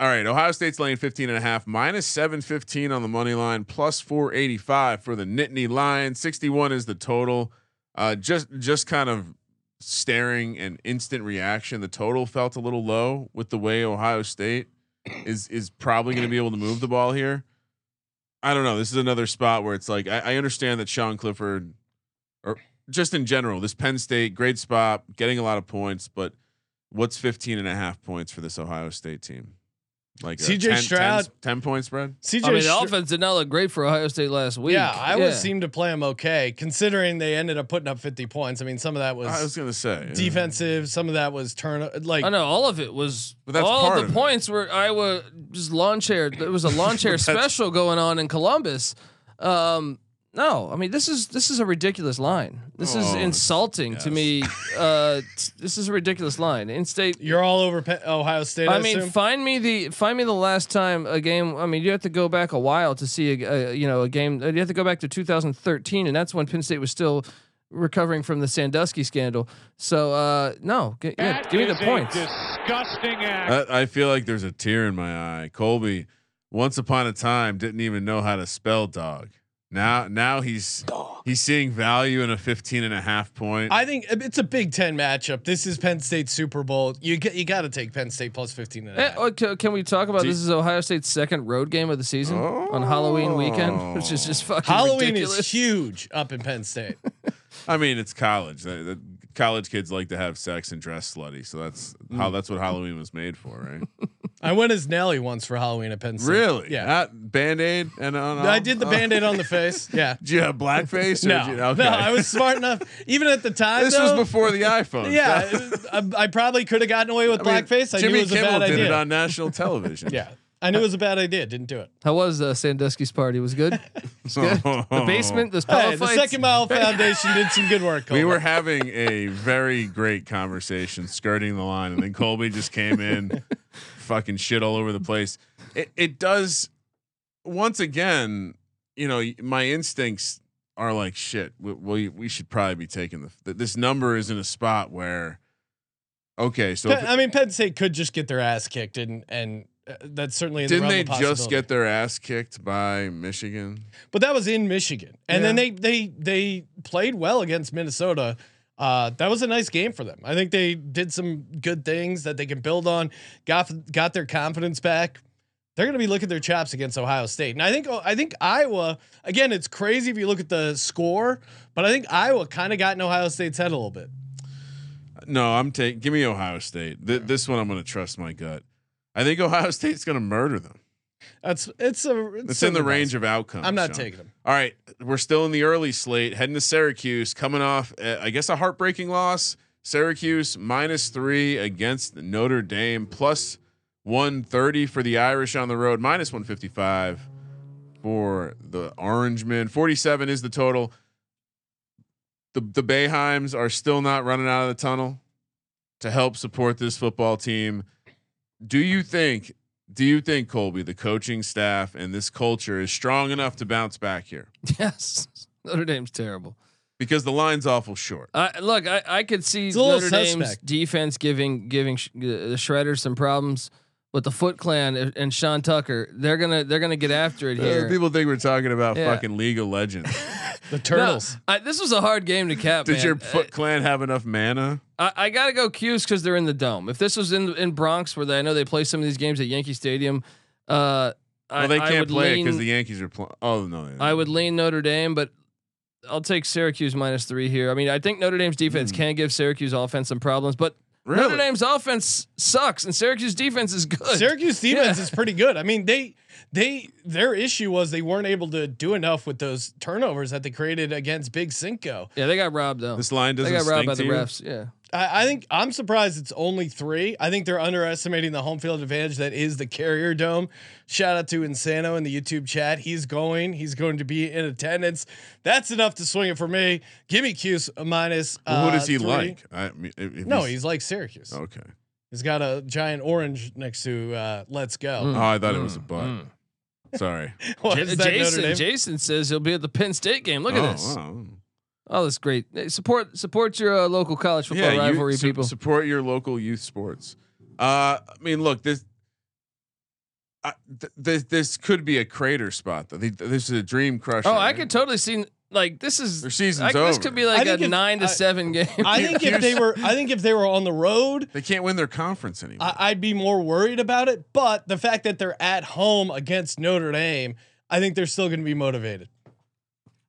All right, Ohio State's laying 15 and a half, minus 715 on the money line, plus 485 for the Nittany Lions. 61 is the total. Uh, just just kind of staring and instant reaction. The total felt a little low with the way Ohio State is is probably going to be able to move the ball here. I don't know. This is another spot where it's like I, I understand that Sean Clifford, or just in general, this Penn State great spot, getting a lot of points, but what's 15 and a half points for this Ohio State team? Like a CJ 10 Stroud. 10 point spread. CJ I mean, the Stroud- offense did not look great for Ohio State last week. Yeah, I would seem to play him okay, considering they ended up putting up 50 points. I mean, some of that was, I was gonna say yeah. defensive, some of that was turn like I know all of it was. But that's all part of the of it. points were Iowa just lawn chair. There was a lawn chair special going on in Columbus. Um, no, I mean this is this is a ridiculous line. This is Oh, insulting to me. Uh, t- this is a ridiculous line. In state, you're all over Pe- Ohio State. I, I mean, assume. find me the find me the last time a game. I mean, you have to go back a while to see a, a you know a game. You have to go back to 2013, and that's when Penn State was still recovering from the Sandusky scandal. So uh, no, g- yeah, That give me the is a points. Disgusting act. I, I feel like there's a tear in my eye. Colby, once upon a time, didn't even know how to spell dog. Now, now he's he's seeing value in a 15 and a half point. I think it's a Big Ten matchup. This is Penn State Super Bowl. You g- you got to take Penn State plus 15 and a Eh, half. oh, ca- can we talk about Do- this is Ohio State's second road game of the season on Halloween weekend, which is just fucking Halloween ridiculous. is huge up in Penn State. I mean, it's college. The, the college kids like to have sex and dress slutty, so that's Mm. how that's what Halloween was made for, right? I went as Nelly once for Halloween at Penn State. really? Yeah. Not Band-Aid and on, I did the band aid on the face. Yeah. Did you have blackface? Or No, did you, no, I was smart enough. Even at the time, This though, was before the iPhone. Yeah, I, I probably could have gotten away with I mean, blackface. I Jimmy knew it was Kimmel a bad did idea. it on national television. yeah, I knew it was a bad idea. Didn't do it. How was uh, Sandusky's party? Was it good. The basement, those pillow Oh. Hey, the fights? Second Mile Foundation did some good work. We Colby. were having a very great conversation, skirting the line, and then Colby just came in, fucking shit all over the place. It, it does. Once again, you know, my instincts are like shit. We we, we should probably be taking the th- this number is in a spot where. Okay, so if- Penn- I mean, Penn State could just get their ass kicked, and and uh, that's certainly in didn't the realm they of just possibility. get their ass kicked by Michigan? But that was in Michigan, and then they they they played well against Minnesota. Uh, that was a nice game for them. I think they did some good things that they can build on. Got got their confidence back. They're going to be looking at their chops against Ohio State, and I think I think Iowa again. It's crazy if you look at the score, but I think Iowa kind of got in Ohio State's head a little bit. No, I'm taking. Give me Ohio State. Th- this one, I'm going to trust my gut. I think Ohio State's going to murder them. That's it's a it's, It's in the range of outcomes. I'm not Sean. taking them. All right, we're still in the early slate, heading to Syracuse, coming off, uh, I guess, a heartbreaking loss. Syracuse minus three against Notre Dame, plus 130 for the Irish on the road, minus 155 for the Orange Men. 47 is the total. The, the Bayheims are still not running out of the tunnel to help support this football team. Do you think Do you think Colby, the coaching staff, and this culture is strong enough to bounce back here? Yes, Notre Dame's terrible. Because the line's awful short. I look, I, I could see It's a little Notre Dame's suspect. defense giving giving sh- uh, the shredders some problems, but the Foot Clan and- and Sean Tucker, they're gonna they're gonna get after it Uh, here. people think we're talking about Yeah. fucking League of Legends. The No, turtles. I, this was a hard game to cap. Did man. your Uh, Foot Clan have enough mana? I, I gotta go Q's because they're in the dome. If this was in in Bronx, where they, I know they play some of these games at Yankee Stadium, uh, I, Well, they I can't would play it lean- because the Yankees are playing. Oh no, no, no. I would lean Notre Dame, but I'll take Syracuse minus three here. I mean, I think Notre Dame's defense can give Syracuse offense some problems, but Notre Hmm. Really? Dame's offense sucks and Syracuse defense is good. Syracuse defense Yeah. is pretty good. I mean, they they their issue was they weren't able to do enough with those turnovers that they created against Big Cinco. yeah, they got robbed though. This line they doesn't got robbed stink by to the you? refs. Yeah, I, I think I'm surprised it's only three. I think they're underestimating the home field advantage that is the Carrier Dome. Shout out to Insano in the YouTube chat. He's going. He's going to be in attendance. That's enough to swing it for me. Give me Cuse minus. Well, what uh, is he three. like? Oh. I mean, if, if No, he's like Syracuse. okay. He's got a giant orange next to uh, "Let's Go." Oh, I thought it was a Mm, butt. Sorry. What, Ja- is that Notre Jason. Dame? Jason says he'll be at the Penn State game. Look Oh, at this. wow. Oh, that's great. Hey, support support your uh, local college football you- rivalry, su- people. Support your local youth sports. Uh, I mean, look this. I, th- this this could be a crater spot though. They- This is a dream crusher. oh, I right? could totally see like this is Their season's I, This over. could be I like a think if- nine to I- seven game. I think if they were, I think if they were on the road, They can't win their conference anymore. I, I'd be more worried about it. But the fact that they're at home against Notre Dame, I think they're still going to be motivated.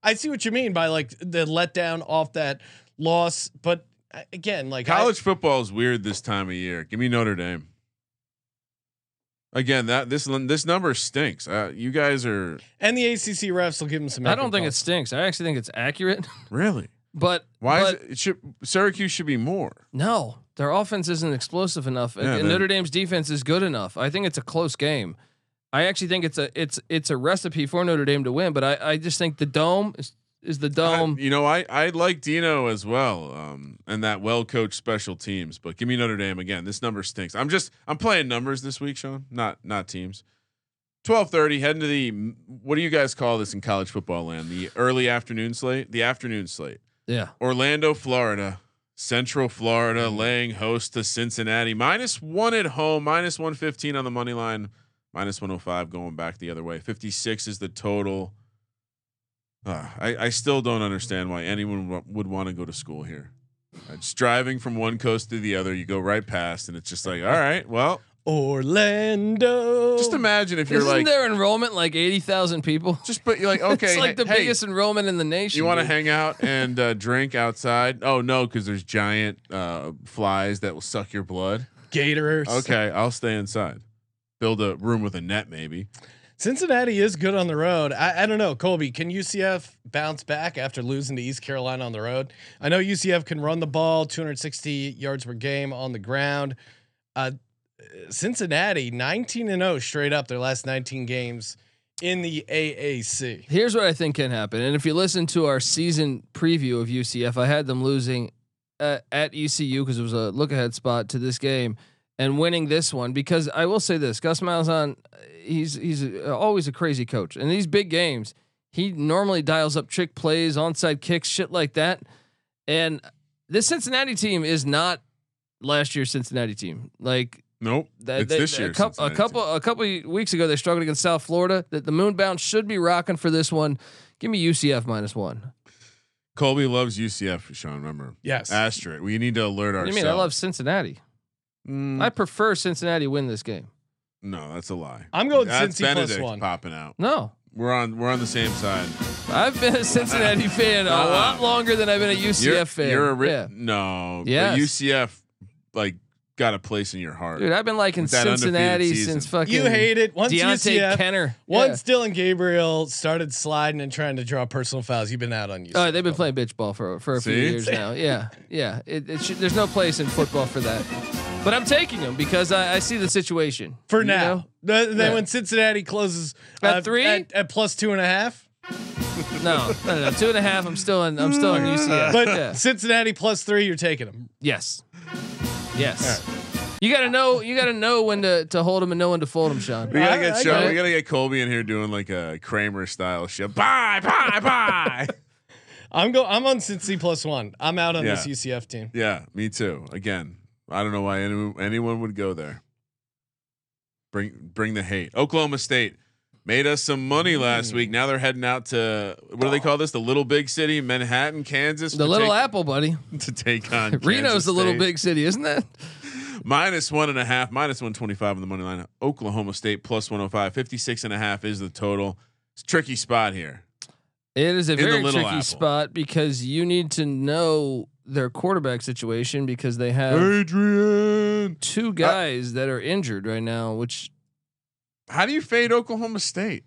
I see what you mean by like the letdown off that loss, but uh, again, like I- College football is weird this time of year. Give me Notre Dame. Again, that this this number stinks. Uh, you guys are and the ACC refs will give them some. I don't think it calls. stinks. I actually think it's accurate, really but why is but it, it should Syracuse should be more. no, their offense isn't explosive enough, and- Yeah, and they- Notre Dame's defense is good enough. I think it's a close game. I actually think it's a it's it's a recipe for Notre Dame to win, but I I just think the dome is is the I- dome. you know, I I like Dino as well, um, and that well coached special teams. But give me Notre Dame again. This number stinks. I'm just I'm playing numbers this week, Sean. Not not teams. Twelve thirty, heading to the what do you guys call this in college football land? The early afternoon slate. The afternoon slate. yeah, Orlando, Florida. Central Florida laying host to Cincinnati. Minus one at home, minus 115 on the money line, minus 105 going back the other way. 56 is the total. Ah, I, I still don't understand why anyone w- would want to go to school here. Uh, Just driving from one coast to the other, you go right past, and it's just like, all right, well, Orlando. just imagine if you're Oh, isn't like, their enrollment like eighty thousand people? just but you're like, okay, it's like the hey, biggest enrollment in the nation. You want to dude. hang out and uh, drink outside? Oh no, because there's giant uh, flies that will suck your blood. Gators. Okay, I'll stay inside. Build a room with a net, maybe. Cincinnati is good on the road. I, I don't know, Colby. Can UCF bounce back after losing to East Carolina on the road? I know UCF can run the ball 260 yards per game on the ground. Uh, Cincinnati 19 and 0 straight up their last 19 games in the AAC. Here's what I think can happen. And if you listen to our season preview of UCF, I had them losing uh, at ECU because it was a look ahead spot to this game and winning this one because I will say this, Gus Malzahn, uh, he's he's uh always a crazy coach. In these big games, he normally dials up trick plays, onside kicks, shit like that. And this Cincinnati team is not last year's Cincinnati team. Like Nope, that, it's that- this that- year. A, coup- a couple, a couple weeks ago, they struggled against South Florida. That the Moonbound should be rocking for this one. Give me UCF minus one. Colby loves UCF. Sean, remember? Yes. Asterisk. We need to alert What do ourselves. you mean? I love Cincinnati. Mm. I prefer Cincinnati win this game. No, that's a lie. I'm going That's Cincy plus Benedict one. popping out. No, We're on. We're on the same side. I've been a Cincinnati fan a Uh-uh. lot longer than I've been a UCF you're, fan. You're a ri- yeah. no. but Yes. UCF like got a place in your heart. dude. I've been liking With that undefeated Cincinnati season. since fucking You hate it. Once Deontay UCF, Kenner. once Dylan Gabriel started sliding and trying to draw personal fouls, you've been out on Oh, UCF. they've been playing bitch ball for for a few See? years now. Yeah, yeah. It, it should, there's no place in football for that. But I'm taking them because I, I see the situation for you know? now. Th- Then Yeah. when Cincinnati closes uh, At three? at, at plus two and a half. No, no, no, two and a half. I'm still in. I'm still in UCF. Mm. But yeah. Cincinnati plus three, you're taking them. yes, yes. You gotta know. You gotta know when to, to hold him and know when to fold him, Sean. We gotta I- get I Sean. got it. we gotta get Colby in here doing like a Kramer style shit. Bye, bye, bye. I'm go. I'm on Cincy plus one. I'm out on this Yeah. UCF team. yeah, me too. Again, I don't know why anyone anyone would go there. Bring bring the hate. Oklahoma State made us some money last week. Mm. Now they're heading out to what do they call this? The little big city, Manhattan, Kansas. The to little take- apple, buddy. to take on Reno's Kansas the little State. big city, isn't that? minus one and a half, minus 125 on the money line. Oklahoma State plus 105, 56 and a half is the total. It's a tricky spot here. It is a In the very Little tricky Apple. spot because you need to know their quarterback situation because they have Adrian, Uh, two guys that are injured right now, which how do you fade Oklahoma State?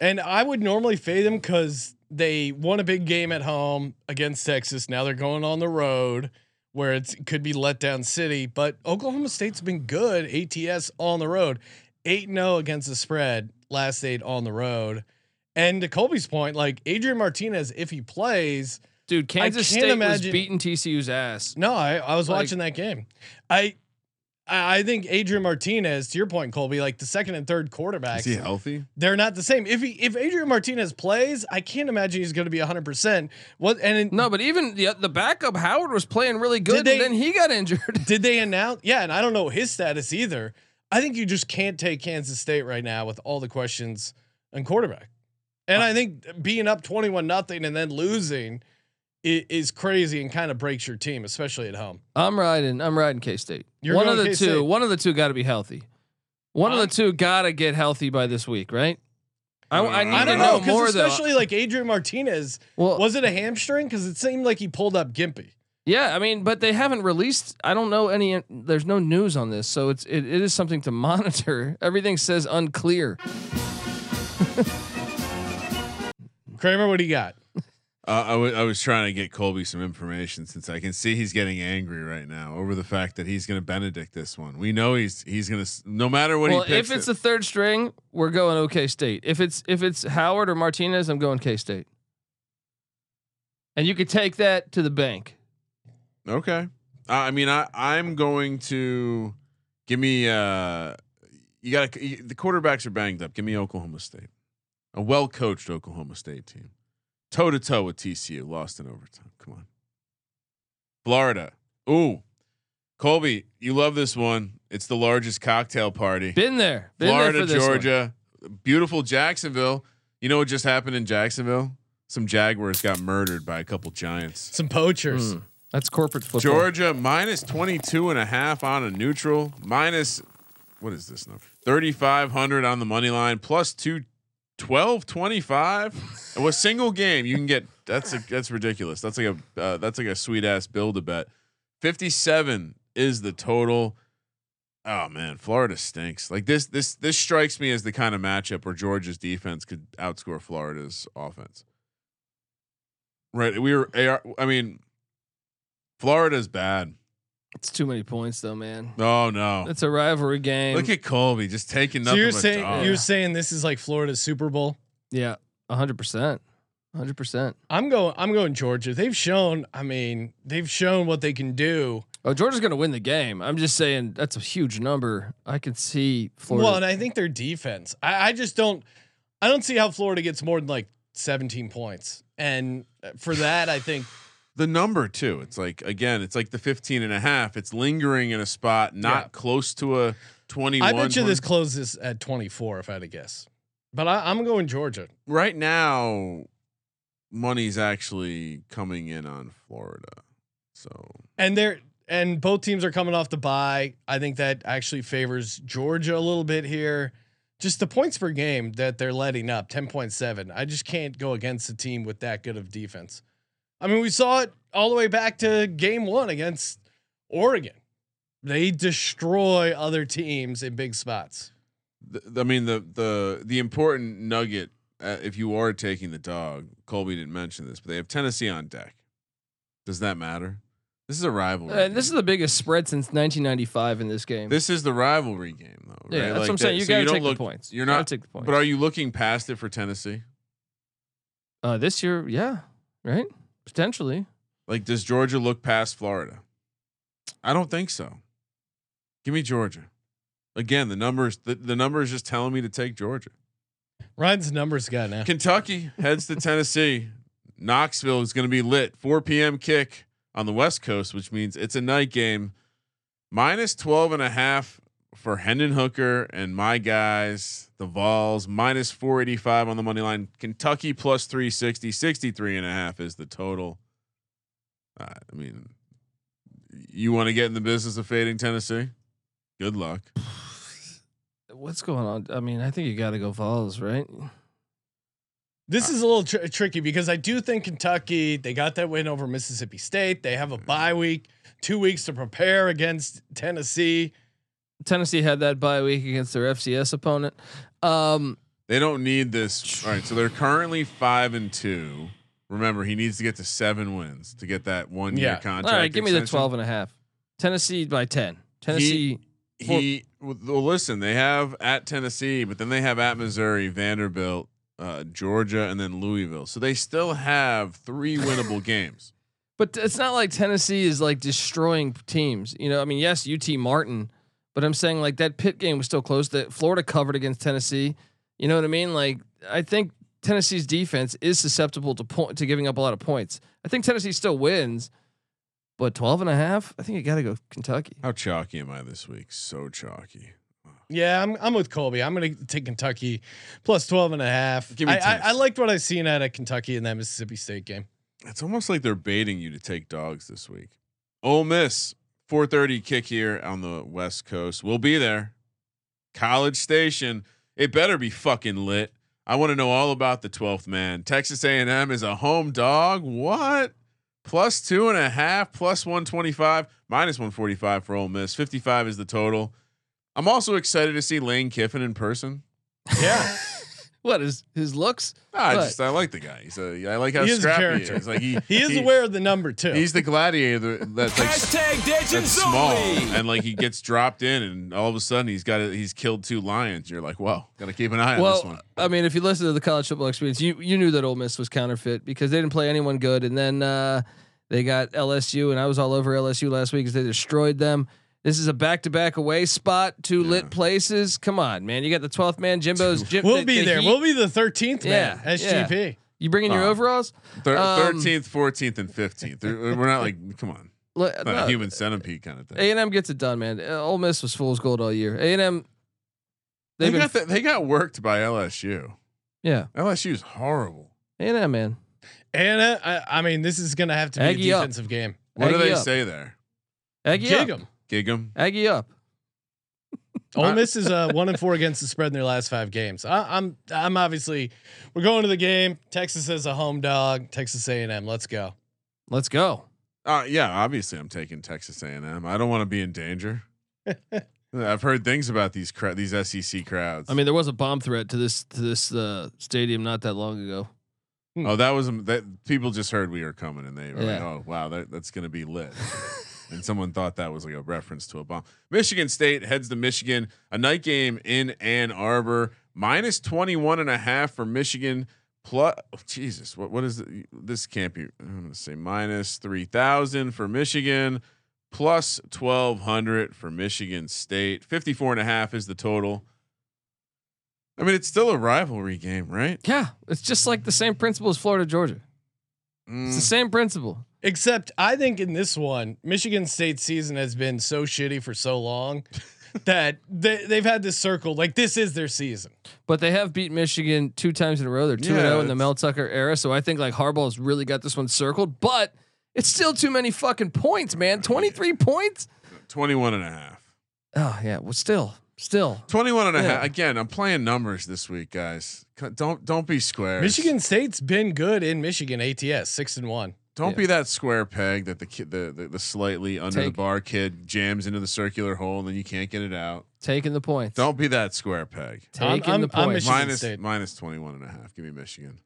And I would normally fade them because they won a big game at home against Texas. Now they're going on the road where it's, it could be letdown city. But Oklahoma State's been good ATS on the road, 8 0 against the spread, last eight on the road. And to Colby's point, like Adrian Martinez, if he plays, dude, Kansas can't State was imagine- beating TCU's ass. no, I, I was Like- watching that game. I I I think Adrian Martinez, to your point, Colby, like the second and third quarterbacks, Is he healthy? they're not the same. If he, if Adrian Martinez plays, I can't imagine he's going to be 100%. What and it- No, but even the the backup Howard was playing really good, Did and they- then he got injured. did they announce? Yeah, and I don't know his status either. I think you just can't take Kansas State right now with all the questions on quarterback. And I think being up 21 nothing and then losing i- is crazy and kind of breaks your team, especially at home. I'm riding. I'm riding K State. You're One of going the K-State. two. One of the two got to be healthy. One of I'm- the two got to get healthy by this week, right? I, I need Mm. I to don't know, know, more because though. especially like Adrian Martinez, Well, was it a hamstring? Because it seemed like he pulled up gimpy. Yeah, I mean, but they haven't released. I don't know any. There's no news on this, so it's it, it is something to monitor. Everything says unclear. Kramer, what do you got? Uh, I wa- I was trying to get Colby some information since I can see he's getting angry right now over the fact that he's going to Benedict this one. We know he's he's going to no matter what well, he picks. if it's it- the third string, we're going OK State. If it's if it's Howard or Martinez, I'm going K State. And you could take that to the bank. Okay. I I mean, I I'm going to give me. Uh, you got to the quarterbacks are banged up. Give me Oklahoma State, a well coached Oklahoma State team, toe to toe with TCU, lost in overtime. Come on, Florida. Ooh, Colby, you love this one. It's the largest cocktail party. Been there, been there Florida, for this one. Georgia, beautiful Jacksonville. You know what just happened in Jacksonville? Some Jaguars got murdered by a couple Giants. Some poachers. Mm, that's corporate football. Georgia minus 22 and a half on a neutral, minus what is this number? 3500 on the money line plus 2 1225. And with single game, you can get that's a, that's ridiculous. That's like a uh, that's like a sweet ass build a bet. 57 is the total. Oh man, Florida stinks. Like this this this strikes me as the kind of matchup where Georgia's defense could outscore Florida's offense. Right, we were. AR I mean, Florida's bad. It's too many points though, man. Oh no! It's a rivalry game. Look at Colby just taking So nothing. you're but saying dog. you're saying this is like Florida's Super Bowl? yeah, hundred percent, hundred percent. I'm going. I'm going Georgia. They've shown. I mean, they've shown what they can do. Oh, Georgia's going to win the game. I'm just saying that's a huge number. I can see Florida. Well, and I think their defense. I, I just don't. I don't see how Florida gets more than like 17 points. And uh, for that, I think the number too. It's like again, it's like the 15 and a half. It's lingering in a spot not Yeah. close to a 21. I bet you this 20 closes at 24 if I had to guess. But I, I'm going Georgia. right now money's actually coming in on Florida. So, And they're and both teams are coming off the bye. I think that actually favors Georgia a little bit here. Just the points per game that they're letting up, 10.7. I just can't go against a team with that good of defense. I mean, we saw it all the way back to game 1 against Oregon. They destroy other teams in big spots. th- I mean the the the important nugget uh, if you are taking the dog, Colby didn't mention this, but they have Tennessee on deck. Does that matter? This is a rivalry. Uh, this is game. the biggest spread since 1995 in this game. This is the rivalry game, though. yeah, right? that's Like what I'm saying. that- You so got to don't take look- the points. You're Gotta not- take the points. But are you looking past it for Tennessee? uh, this year, yeah, right? Potentially. Like, does Georgia look past Florida? I don't think so. Give me Georgia. Again, the numbers the, the number is just telling me to take Georgia. Ryan's numbers guy now. Kentucky heads to Tennessee. Knoxville is going to be lit. 4 p.m. kick on the West Coast, which means it's a night game. Minus 12 and a half for Hendon Hooker and my guys, the Vols, minus 485 on the money line. Kentucky plus 360, 63 and a half is the total. Uh, I mean, you want to get in the business of fading Tennessee? Good luck. What's going on? I mean, I think you got to go Vols, right? This is a little tr- tricky because I do think Kentucky, they got that win over Mississippi State. They have a Mm-hmm. bye week, two weeks to prepare against Tennessee. Tennessee had that bye week against their FCS opponent. Um, They don't need this. All right, so they're currently five and two. Remember, he needs to get to seven wins to get that one year Yeah. contract. all right, give me the extension. 12 and a half. Tennessee by 10. Tennessee. He well, listen. They have at Tennessee, but then they have at Missouri, Vanderbilt, uh, Georgia, and then Louisville. So they still have three winnable games. But it's not like Tennessee is like destroying teams. You know, I mean, yes, UT Martin, but I'm saying like that pit game was still close. That Florida covered against Tennessee. You know what I mean? Like I think Tennessee's defense is susceptible to point to giving up a lot of points. I think Tennessee still wins, but 12 and a half, I think you got to go Kentucky. How chalky am I this week? So chalky. Yeah, I'm, I'm with Colby. I'm going to take Kentucky plus 12 and a half. Give me I, I, I Tennessee. liked what I've seen out of Kentucky in that Mississippi State game. It's almost like they're baiting you to take dogs this week. Ole Miss, 4:30 kick here on the West Coast. We'll be there. College Station. It better be fucking lit. I want to know all about the 12th man. Texas A&M is a home dog. What? Plus two and a half, plus 125, minus 145 for Ole Miss. 55 is the total. I'm also excited to see Lane Kiffin in person. Yeah. What is his looks? No, Ah, I What? just I like the guy. He's a, I like how He is a scrappy he character. is. Like he he is aware of the number, too. He's the gladiator that's like Hashtag that's Digits small, only. and like he gets dropped in, and all of a sudden he's got a, he's killed two lions. You're like, wow, gotta keep an eye on this Well, one. I mean, if you listen to the college football experience, you you knew that Ole Miss was counterfeit because they didn't play anyone good, and then uh, they got LSU, and I was all over LSU last week because they destroyed them. This is a back-to-back away spot, two lit places. Come on, man! You got the twelfth man, Jimbo's. Jim, we'll the- be the there. Heat. We'll be the 13th man, Yeah, yeah. SGP. You bringing your Oh. overalls? Um, Thirteenth, fourteenth, and fifteenth. We're not like, come on, Look, not no. a human centipede kind of A thing. and M gets it done, man. Uh, Ole Miss was fool's gold all year. A and M, They they've been, got the, they got worked by LSU. yeah. LSU is horrible. A and M, man. And uh, I, I mean, this is going to have to be Aggie a up. defensive game. What do Aggie they up. say there? Aggie Gig up. 'em. Gig 'em? Aggie up. Ole Miss is uh, one and four against the spread in their last five games. I, I'm I'm obviously we're going to the game. Texas is a home dog. Texas A&M. Let's go. Let's go. Uh, yeah, obviously I'm taking Texas A&M. I don't want to be in danger. I've heard things about these cra- these SEC crowds. I mean, there was a bomb threat to this to this uh, stadium not that long ago. Oh, that was that people just heard we were coming and they were like, Yeah. "Oh, wow, that, that's going to be lit." and someone thought that was like a reference to a bomb. Michigan State heads to Michigan, a night game in Ann Arbor, minus 21 and a half for Michigan plus oh, Jesus, what what is it? this can't be I'm going to say minus 3000 for Michigan, plus 1200 for Michigan State. 54 and a half is the total. I mean, it's still a rivalry game, right? Yeah, it's just like the same principle as Florida Georgia. Mm. It's the same principle. Except I think in this one, Michigan State season has been so shitty for so long that they they've had this circle like this is their season. But they have beat Michigan two times in a row. They're two and Yeah, zero in the it's- Mel Tucker era. So I think like Harbaugh's really got this one circled. But it's still too many fucking points, man. Twenty three points. 21 and a half. Oh yeah. Well, still, still. 21 and a Yeah. half. Again, I'm playing numbers this week, guys. C- Don't don't be square. Michigan State's been good in Michigan ATS six and one. Don't Yeah. be that square peg that the kid the, the, the slightly under the Take- bar kid jams into the circular hole and then you can't get it out. Taking the points. Don't be that square peg. I'm- taking I'm- the I'm points. Michigan Minus- State. minus 21 and a half. Give me Michigan.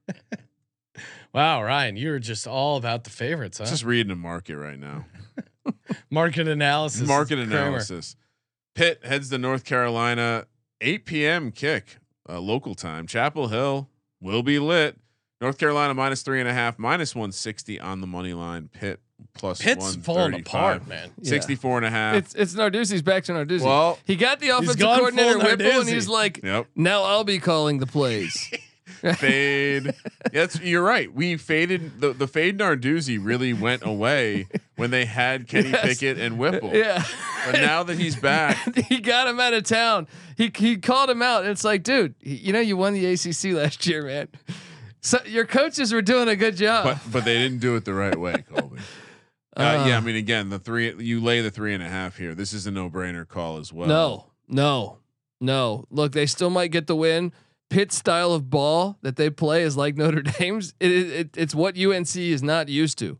Wow, Ryan, you're just all about the favorites, huh? Just reading the market right now. market analysis. is Market Kramer. analysis. Pitt heads to North Carolina. 8 p.m. kick, uh, local time. Chapel Hill will be lit. North Carolina minus three and a half, minus 160 on the money line. Pitt plus Pitt's falling 135. apart, man. Yeah. 64 and a half. It's it's Narduzzi's back to Narduzzi. Well- he got the offensive gone full coordinator Whipple, and Narduzzi. he's like, Yep. "Now I'll be calling the plays." fade. That's you're right. We faded the the fade Narduzzi really went away when they had Kenny Yes. Pickett and Whipple. yeah, But now that he's back, he got him out of town. He he called him out, and it's like, dude, you know you won the ACC last year, man. So your coaches were doing a good job. but but they didn't do it the right way, Colby. Uh, yeah, I mean, again, the three you lay the three and a half here. This is a no brainer call as well. No, no, no. Look, they still might get the win. Pitt's style of ball that they play is like Notre Dame's. It, it, it- it's what UNC is not used to,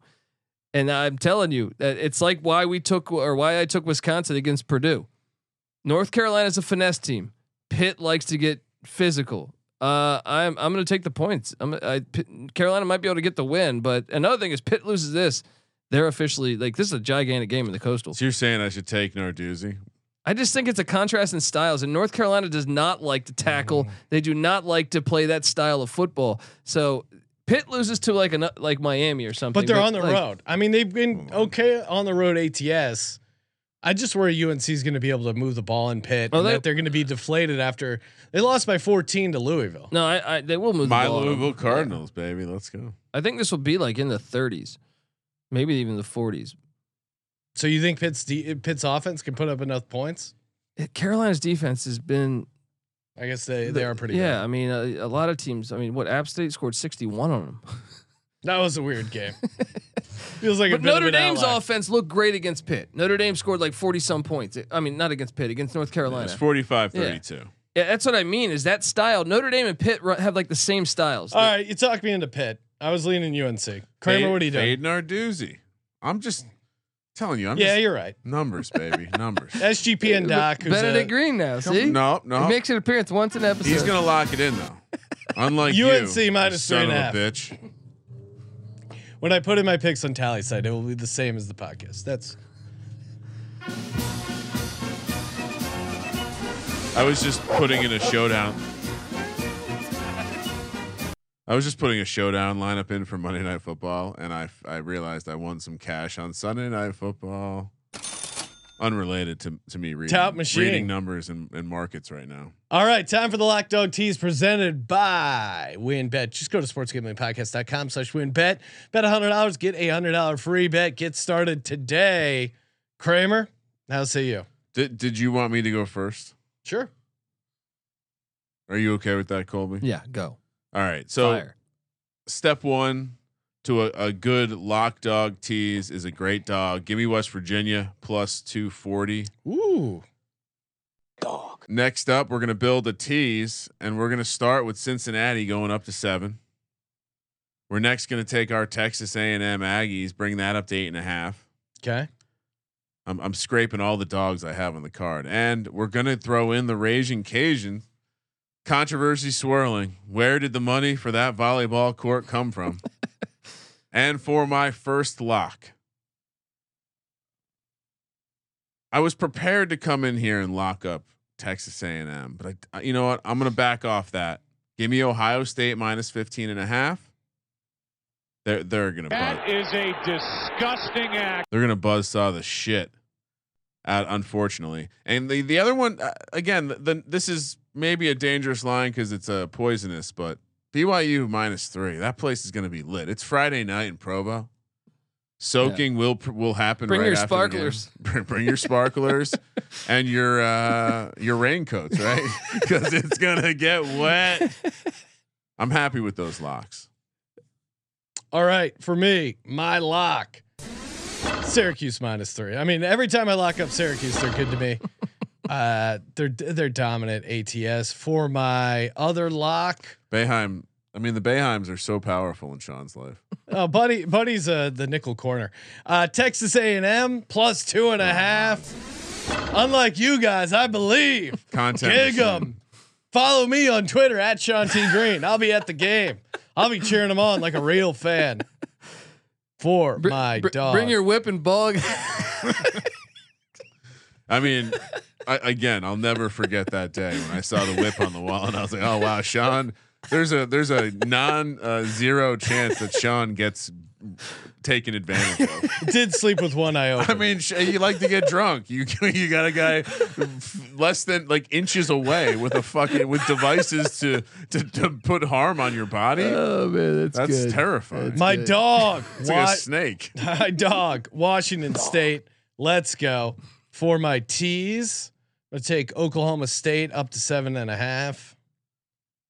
and I'm telling you that it's like why we took or why I took Wisconsin against Purdue. North Carolina's a finesse team. Pitt likes to get physical. Uh, I'm I'm going to take the points. I'm, I, Pitt, Carolina might be able to get the win, but another thing is Pitt loses this. They're officially like this is a gigantic game in the coastal. So you're saying I should take Narduzzi? I just think it's a contrast in styles, and North Carolina does not like to tackle. Mm-hmm. They do not like to play that style of football. So Pitt loses to like an, like Miami or something. But they're on the like, road. I mean, they've been okay on the road ATS. I just worry UNC is going to be able to move the ball in pit, Well, and they- that they're going to be deflated after they lost by 14 to Louisville. No, I, I they will move. My the ball. Louisville Cardinals, baby. Let's go. I think this will be like in the 30s, maybe even the 40s. So you think Pitt's de- Pitt's offense can put up enough points? Carolina's defense has been I guess they, they are pretty. Yeah, good. I mean a, a lot of teams. I mean, what App State scored 61 on them. that was a weird game. Feels like a But bit Notre of an Dame's outlier. offense looked great against Pitt. Notre Dame scored like 40 some points. I mean, not against Pitt, against North Carolina. It's 45 32. Yeah, that's what I mean. Is that style? Notre Dame and Pitt ru- have like the same styles. All right, you talked me into Pitt. I was leaning UNC. Kramer, Fade- what are you doing? Fade Narduzzi. I'm just telling you. I'm Yeah, just, you're right. numbers, baby. Numbers. SGP and Doc. who's Benedict a- Green now. See, No, no. he makes an appearance once an episode. He's gonna lock it in though. Unlike UNC you, minus son three and a of bitch. When I put in my picks on Tally side, it will be the same as the podcast. That's I was just putting in a showdown. I was just putting a showdown lineup in for Monday Night Football, and I I realized I won some cash on Sunday Night Football. Unrelated to, to me reading, Top machine. reading numbers and, and markets right now. All right, time for the Lock Dog Tease presented by WinBet. Just go to sportsgamblingpodcast.com slash winbet. Bet $100, get a $100 free bet. Get started today. Kramer, how say you? Did did you want me to go first? Sure. Are you okay with that, Colby? yeah, go. All right. So Fire. step one to a, a good lock dog tease is a great dog. Give me West Virginia plus 240. Ooh. Next up, we're going to build a tease and we're going to start with Cincinnati going up to seven. We're next going to take our Texas A&M Aggies, bring that up to eight and a half. Okay. I'm, I'm scraping all the dogs I have on the card, and we're gonna throw in the raging Cajun. Controversy swirling. Where did the money for that volleyball court come from? and for my first lock, I was prepared to come in here and lock up Texas A&M, but I, you know what? I'm gonna back off that. Give me Ohio State minus 15 and a half. They're they're gonna. bust. That is a disgusting act. They're gonna buzzsaw the shit out, unfortunately. And the the other one uh, again, the, the this is maybe a dangerous line because it's uh, poisonous, but BYU minus three. That place is gonna be lit. It's Friday night in Provo. Soaking will pr- will happen. Bring right your after the game. sparklers. Bring, bring your sparklers and your uh, your raincoats, right? Because it's gonna get wet. I'm happy with those locks. All right, for me, my lock. Syracuse minus three. I mean, every time I lock up Syracuse, they're good to me. Uh, they're they're dominant ATS. For my other lock, Bayheim. I mean, the Bayheims are so powerful in Sean's life. Oh, buddy, buddy's uh, the nickel corner. Uh, Texas A&M plus two and a half. Unlike you guys, I believe. Content. Gig machine. 'em. Follow me on Twitter at Sean T Green. I'll be at the game. I'll be cheering them on like a real fan. For Br- my br- dog. Bring your whip and ball. I mean, I, again, I'll never forget that day when I saw the whip on the wall, and I was like, "Oh wow, Sean." There's a there's a non uh, zero chance that Sean gets taken advantage of. Did sleep with one eye open. I mean, sh- you like to get drunk. You you got a guy f- less than like inches away with a fucking with devices to to, to put harm on your body. Oh man, that's, That's good. terrifying. my dog. it's like a What? snake. My dog, Washington State. Let's go for my teas. I'll take Oklahoma State up to seven and a half.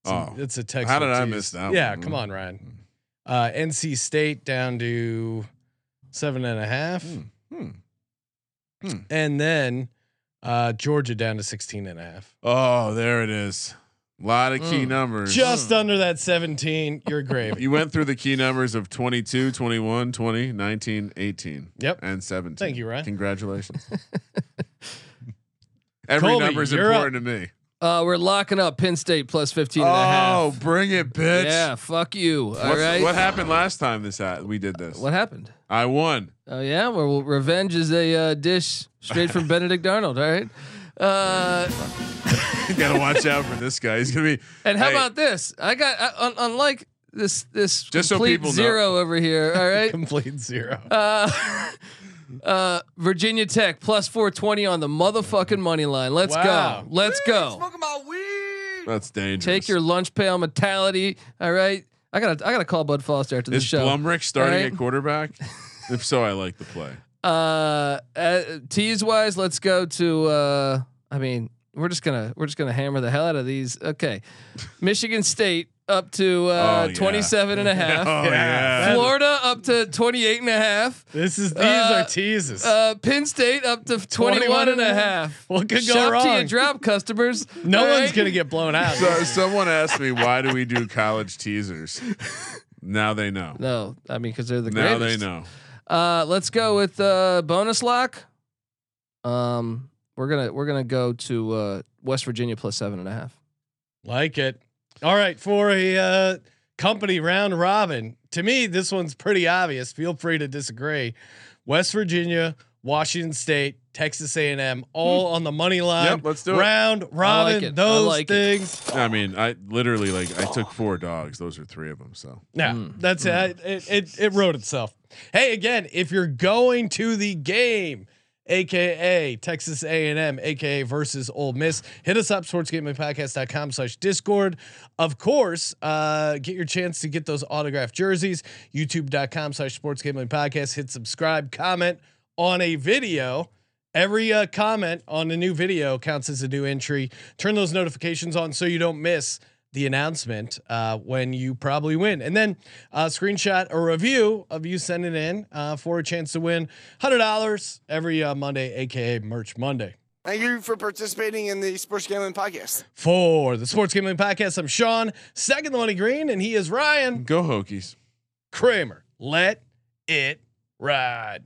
It's Oh, a, it's a text. how did I miss that Yeah, one? Hmm. come on, Ryan. Uh, NC State down to seven and a half, Hmm. and then uh, Georgia down to 16 and a half. Oh, there it is. A lot of key numbers. Mm. Mm. Just under that 17, you're gravy. you went through the key numbers of 22, 21, 20, 19, 18. Yep. And 17. Thank you, Ryan. Congratulations. Every Colby, number is you're up. important to me. Uh, we're locking up Penn State plus 15 and a Oh, half. bring it, bitch. Yeah, fuck you. All What's- right. What happened last time this ha- we did this? What happened? I won. Oh yeah, well, revenge is a uh, dish straight from Benedict Arnold. All right. Uh, You gotta watch out for this guy. He's gonna be. and how Hey, about this? I got I, un, unlike this this Just so complete people know. zero over here. All right. Complete zero. Uh, uh, Virginia Tech plus 420 on the motherfucking money line. Let's Wow. go. Let's go. That's dangerous. Take your lunch pail mentality. All right. I gotta I gotta call Bud Foster after the Is show. Blumrich starting All right. at quarterback? if so, I like the play. uh, uh tease wise let's go to uh i mean we're just gonna we're just gonna hammer the hell out of these okay michigan state up to uh Oh, yeah. 27 and a half Oh yeah. florida up to 28 and a half This is these Uh, are teases. uh, Penn State up to 21 and a half. What could go Shop to your wrong? drop customers. no all one's right? gonna get blown out. So, someone asked me why do we do college teasers? Now they know. No, I mean because they're the Now they greatest. know. Uh, let's go with uh, bonus lock. Um, we're gonna we're gonna go to uh, West Virginia plus seven and a half. Like it. All right, for a uh, company round robin, to me, this one's pretty obvious. Feel free to disagree. West Virginia, Washington State, Texas A&M, Hmm. all on the money line. Yep, let's do it. round robin. like it. I Those like it. things. I mean, I literally like I took four dogs. Those are three of them. So Yeah, that's it. It, it. it wrote itself. Hey, again, if you're going to the game, aka Texas A&M, aka versus Ole Miss, hit us up sportsgamblingpodcast.com slash discord. Of course, uh, get your chance to get those autographed jerseys, youtube.com slash sportsgamblingpodcast. Hit subscribe, comment on a video. Every uh, comment on a new video counts as a new entry. Turn those notifications on so you don't miss the announcement uh, when you probably win. And then uh, screenshot a review of you sending in uh, for a chance to win $100 every uh, Monday, AKA Merch Monday. Thank you for participating in the Sports Gambling Podcast. For the Sports Gambling Podcast, I'm Sean, second Lonnie Green, and he is Ryan go Hokies. Kramer. Let it ride.